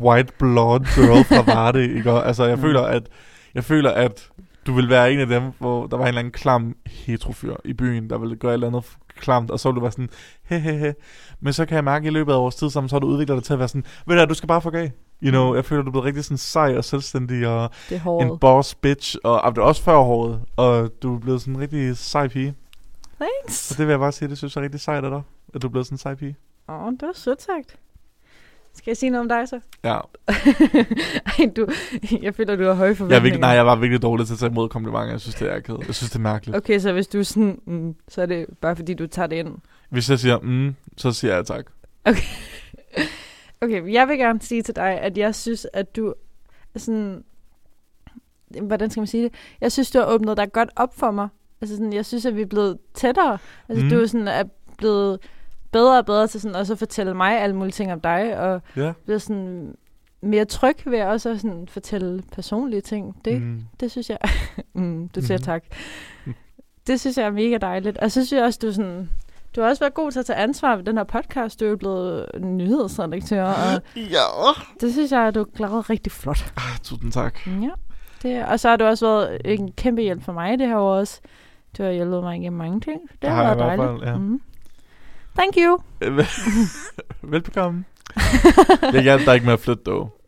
Speaker 2: white blonde girl fra Varde. ikke? Og, altså, jeg
Speaker 1: Mm.
Speaker 2: føler, at, jeg føler, at du ville være en af dem, hvor der var en eller anden klam heterofyr i byen, der ville gøre et eller andet klamt, og så ville du være sådan, he, he, he. Men så kan jeg mærke, at i løbet af vores tid sammen, så har du udviklet dig til at være sådan, ved du, hvad, du skal bare fuck af. You know, jeg føler, du er blevet rigtig sådan sej og selvstændig, og
Speaker 1: Det er
Speaker 2: en
Speaker 1: håret.
Speaker 2: boss bitch, og ah, det er også før håret, og du er blevet sådan en rigtig sej pige.
Speaker 1: Thanks.
Speaker 2: Og det vil jeg bare sige, det synes jeg er rigtig sejt af dig, at du er blevet sådan en sej pige.
Speaker 1: Åh, oh, det var sødt sagt. Skal jeg sige noget om dig så?
Speaker 2: Ja,
Speaker 1: Ej, du, jeg føler, du har høje forventninger.
Speaker 2: jeg er virkelig, nej, jeg var virkelig dårlig til at tage imod komplimenter, jeg synes, det er akavet. Jeg synes, det er mærkeligt.
Speaker 1: Okay, så hvis du er sådan, mm, så er det bare fordi, du tager det ind.
Speaker 2: Hvis jeg siger, mm, så siger jeg tak.
Speaker 1: Okay, jeg vil gerne sige til dig, at jeg synes, at du er sådan... Hvordan skal man sige det? Jeg synes, du har åbnet dig godt op for mig. Altså sådan, jeg synes, at vi er blevet tættere. Altså,
Speaker 2: Mm.
Speaker 1: mm. du er sådan, er blevet bedre og bedre til sådan, også at fortælle mig alle mulige ting om dig, og
Speaker 2: Ja.
Speaker 1: blevet sådan mere tryg ved at også at sådan fortælle personlige ting. Det, mm.
Speaker 2: Mm.
Speaker 1: det synes jeg... mm, du siger
Speaker 2: Mhm.
Speaker 1: mm. tak.
Speaker 2: Mm.
Speaker 1: Det synes jeg er mega dejligt. Og så synes jeg også, du er sådan... Du har også været god til at tage ansvar ved den her podcast. Du er jo blevet nyhedsredaktør, og
Speaker 2: Ja.
Speaker 1: det synes jeg, at du klarede rigtig flot.
Speaker 2: Ah, tusind tak.
Speaker 1: Ja. Det, og så har du også været en kæmpe hjælp for mig det her år også. Du har hjulpet mig igennem mange ting. Det,
Speaker 2: Det
Speaker 1: har
Speaker 2: har
Speaker 1: været
Speaker 2: jeg i hvert
Speaker 1: dejligt.
Speaker 2: fald, ja.
Speaker 1: mm. Thank you.
Speaker 2: Øh, Velbekomme. jeg hjalp dig ikke med at flytte, dog.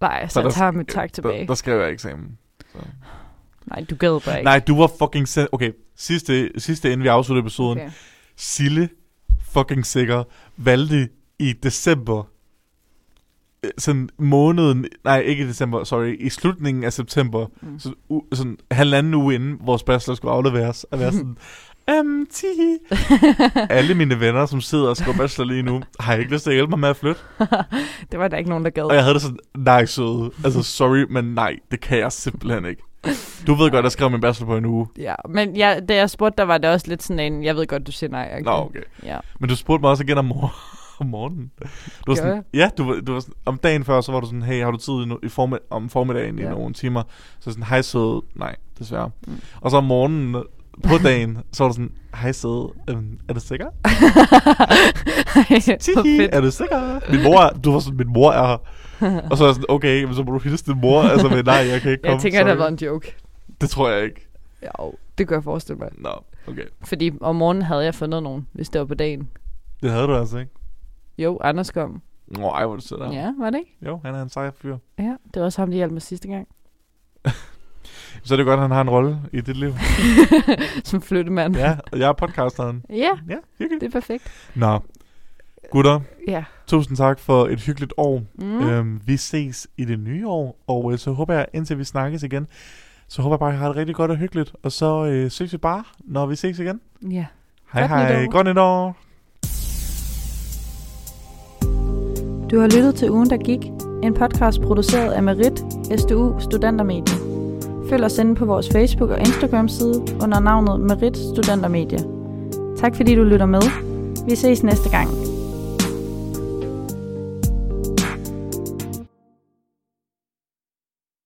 Speaker 1: Nej,
Speaker 2: Så
Speaker 1: så Altså,
Speaker 2: der- Øh,
Speaker 1: jeg tager mit tak tilbage.
Speaker 2: Der, der skrev jeg eksamen.
Speaker 1: Nej, du gad bare ikke.
Speaker 2: Nej, du var fucking sen- Okay, sidste, sidste inden vi afslutter episoden. Okay.
Speaker 1: Okay.
Speaker 2: Sille, fucking sikker, valgte i december, øh, sådan måneden, nej ikke i december, sorry, i slutningen af september, mm.
Speaker 1: Mm.
Speaker 2: så, u- sådan halvanden uge inden vores bachelor skulle afleveres, at være sådan, øhm, tihi. Alle mine venner, som sidder og skriver bachelor lige nu, har ikke lyst til at hjælpe mig med at flytte.
Speaker 1: det var der ikke nogen, der gad.
Speaker 2: Og jeg havde det sådan, nej søde, altså sorry, men nej, det kan jeg simpelthen ikke. Du ved godt, jeg skrev min bachelor på en uge.
Speaker 1: Ja, men jeg, da jeg spurgte dig, var det også lidt sådan en, jeg ved godt, du siger nej. Okay?
Speaker 2: Nå, okay.
Speaker 1: Ja.
Speaker 2: Men du spurgte mig også igen om, mor- om morgenen. Du var
Speaker 1: Gjorde
Speaker 2: sådan, ja, du, var- du var sådan, om dagen før, så var du sådan, hey, har du tid i no- i formid- om formiddagen ja. i
Speaker 1: Ja.
Speaker 2: nogle timer? Så sådan, hej søde, nej, desværre. Mm.
Speaker 1: Mm.
Speaker 2: Og så om morgenen øh, på dagen, så var du sådan, hej søde, øhm, er du sikker?
Speaker 1: Ej, hvor
Speaker 2: Tihi,
Speaker 1: fedt.
Speaker 2: er du sikker? Min mor, er- du var sådan, min mor er her. Og så er jeg sådan, okay, men så må du hilse din mor. Altså, men nej, jeg kan ikke komme.
Speaker 1: Jeg tænker, det har
Speaker 2: sorry."
Speaker 1: været en joke.
Speaker 2: Det tror jeg ikke.
Speaker 1: Ja, det kan jeg forestille mig.
Speaker 2: Nå, okay.
Speaker 1: Fordi om morgenen havde jeg fundet nogen, hvis det var på dagen.
Speaker 2: Det havde du altså ikke.
Speaker 1: Jo, Anders kom.
Speaker 2: Nå, ej, hvor du sidder der.
Speaker 1: Ja, var det ikke?
Speaker 2: Jo, han er en sej fyr.
Speaker 1: Ja, det var også ham, der hjalp mig sidste gang.
Speaker 2: Så er det godt, at han har en rolle i dit liv.
Speaker 1: Som flyttemand.
Speaker 2: ja, og jeg er podcasteren.
Speaker 1: ja,
Speaker 2: Ja, hyggeligt.
Speaker 1: det er perfekt.
Speaker 2: Nå, gutter,
Speaker 1: Ja.
Speaker 2: tusind tak for et hyggeligt år.
Speaker 1: Mm.
Speaker 2: Mm. Øhm, vi ses i det nye år, og øh, så håber jeg, indtil vi snakkes igen, så håber jeg bare, at I har det rigtig godt og hyggeligt. Og så øh, ses vi bare, når vi ses igen.
Speaker 1: Ja.
Speaker 2: Hej
Speaker 1: Godt
Speaker 2: hej,
Speaker 1: nytår.
Speaker 2: godt nytår.
Speaker 1: Du har lyttet til Ugen, der gik. En podcast produceret af Merit, SDU Studentermedie. Følg os inde på vores Facebook og Instagram side under navnet Merit Studentermedie. Tak fordi du lytter med. Vi ses næste gang.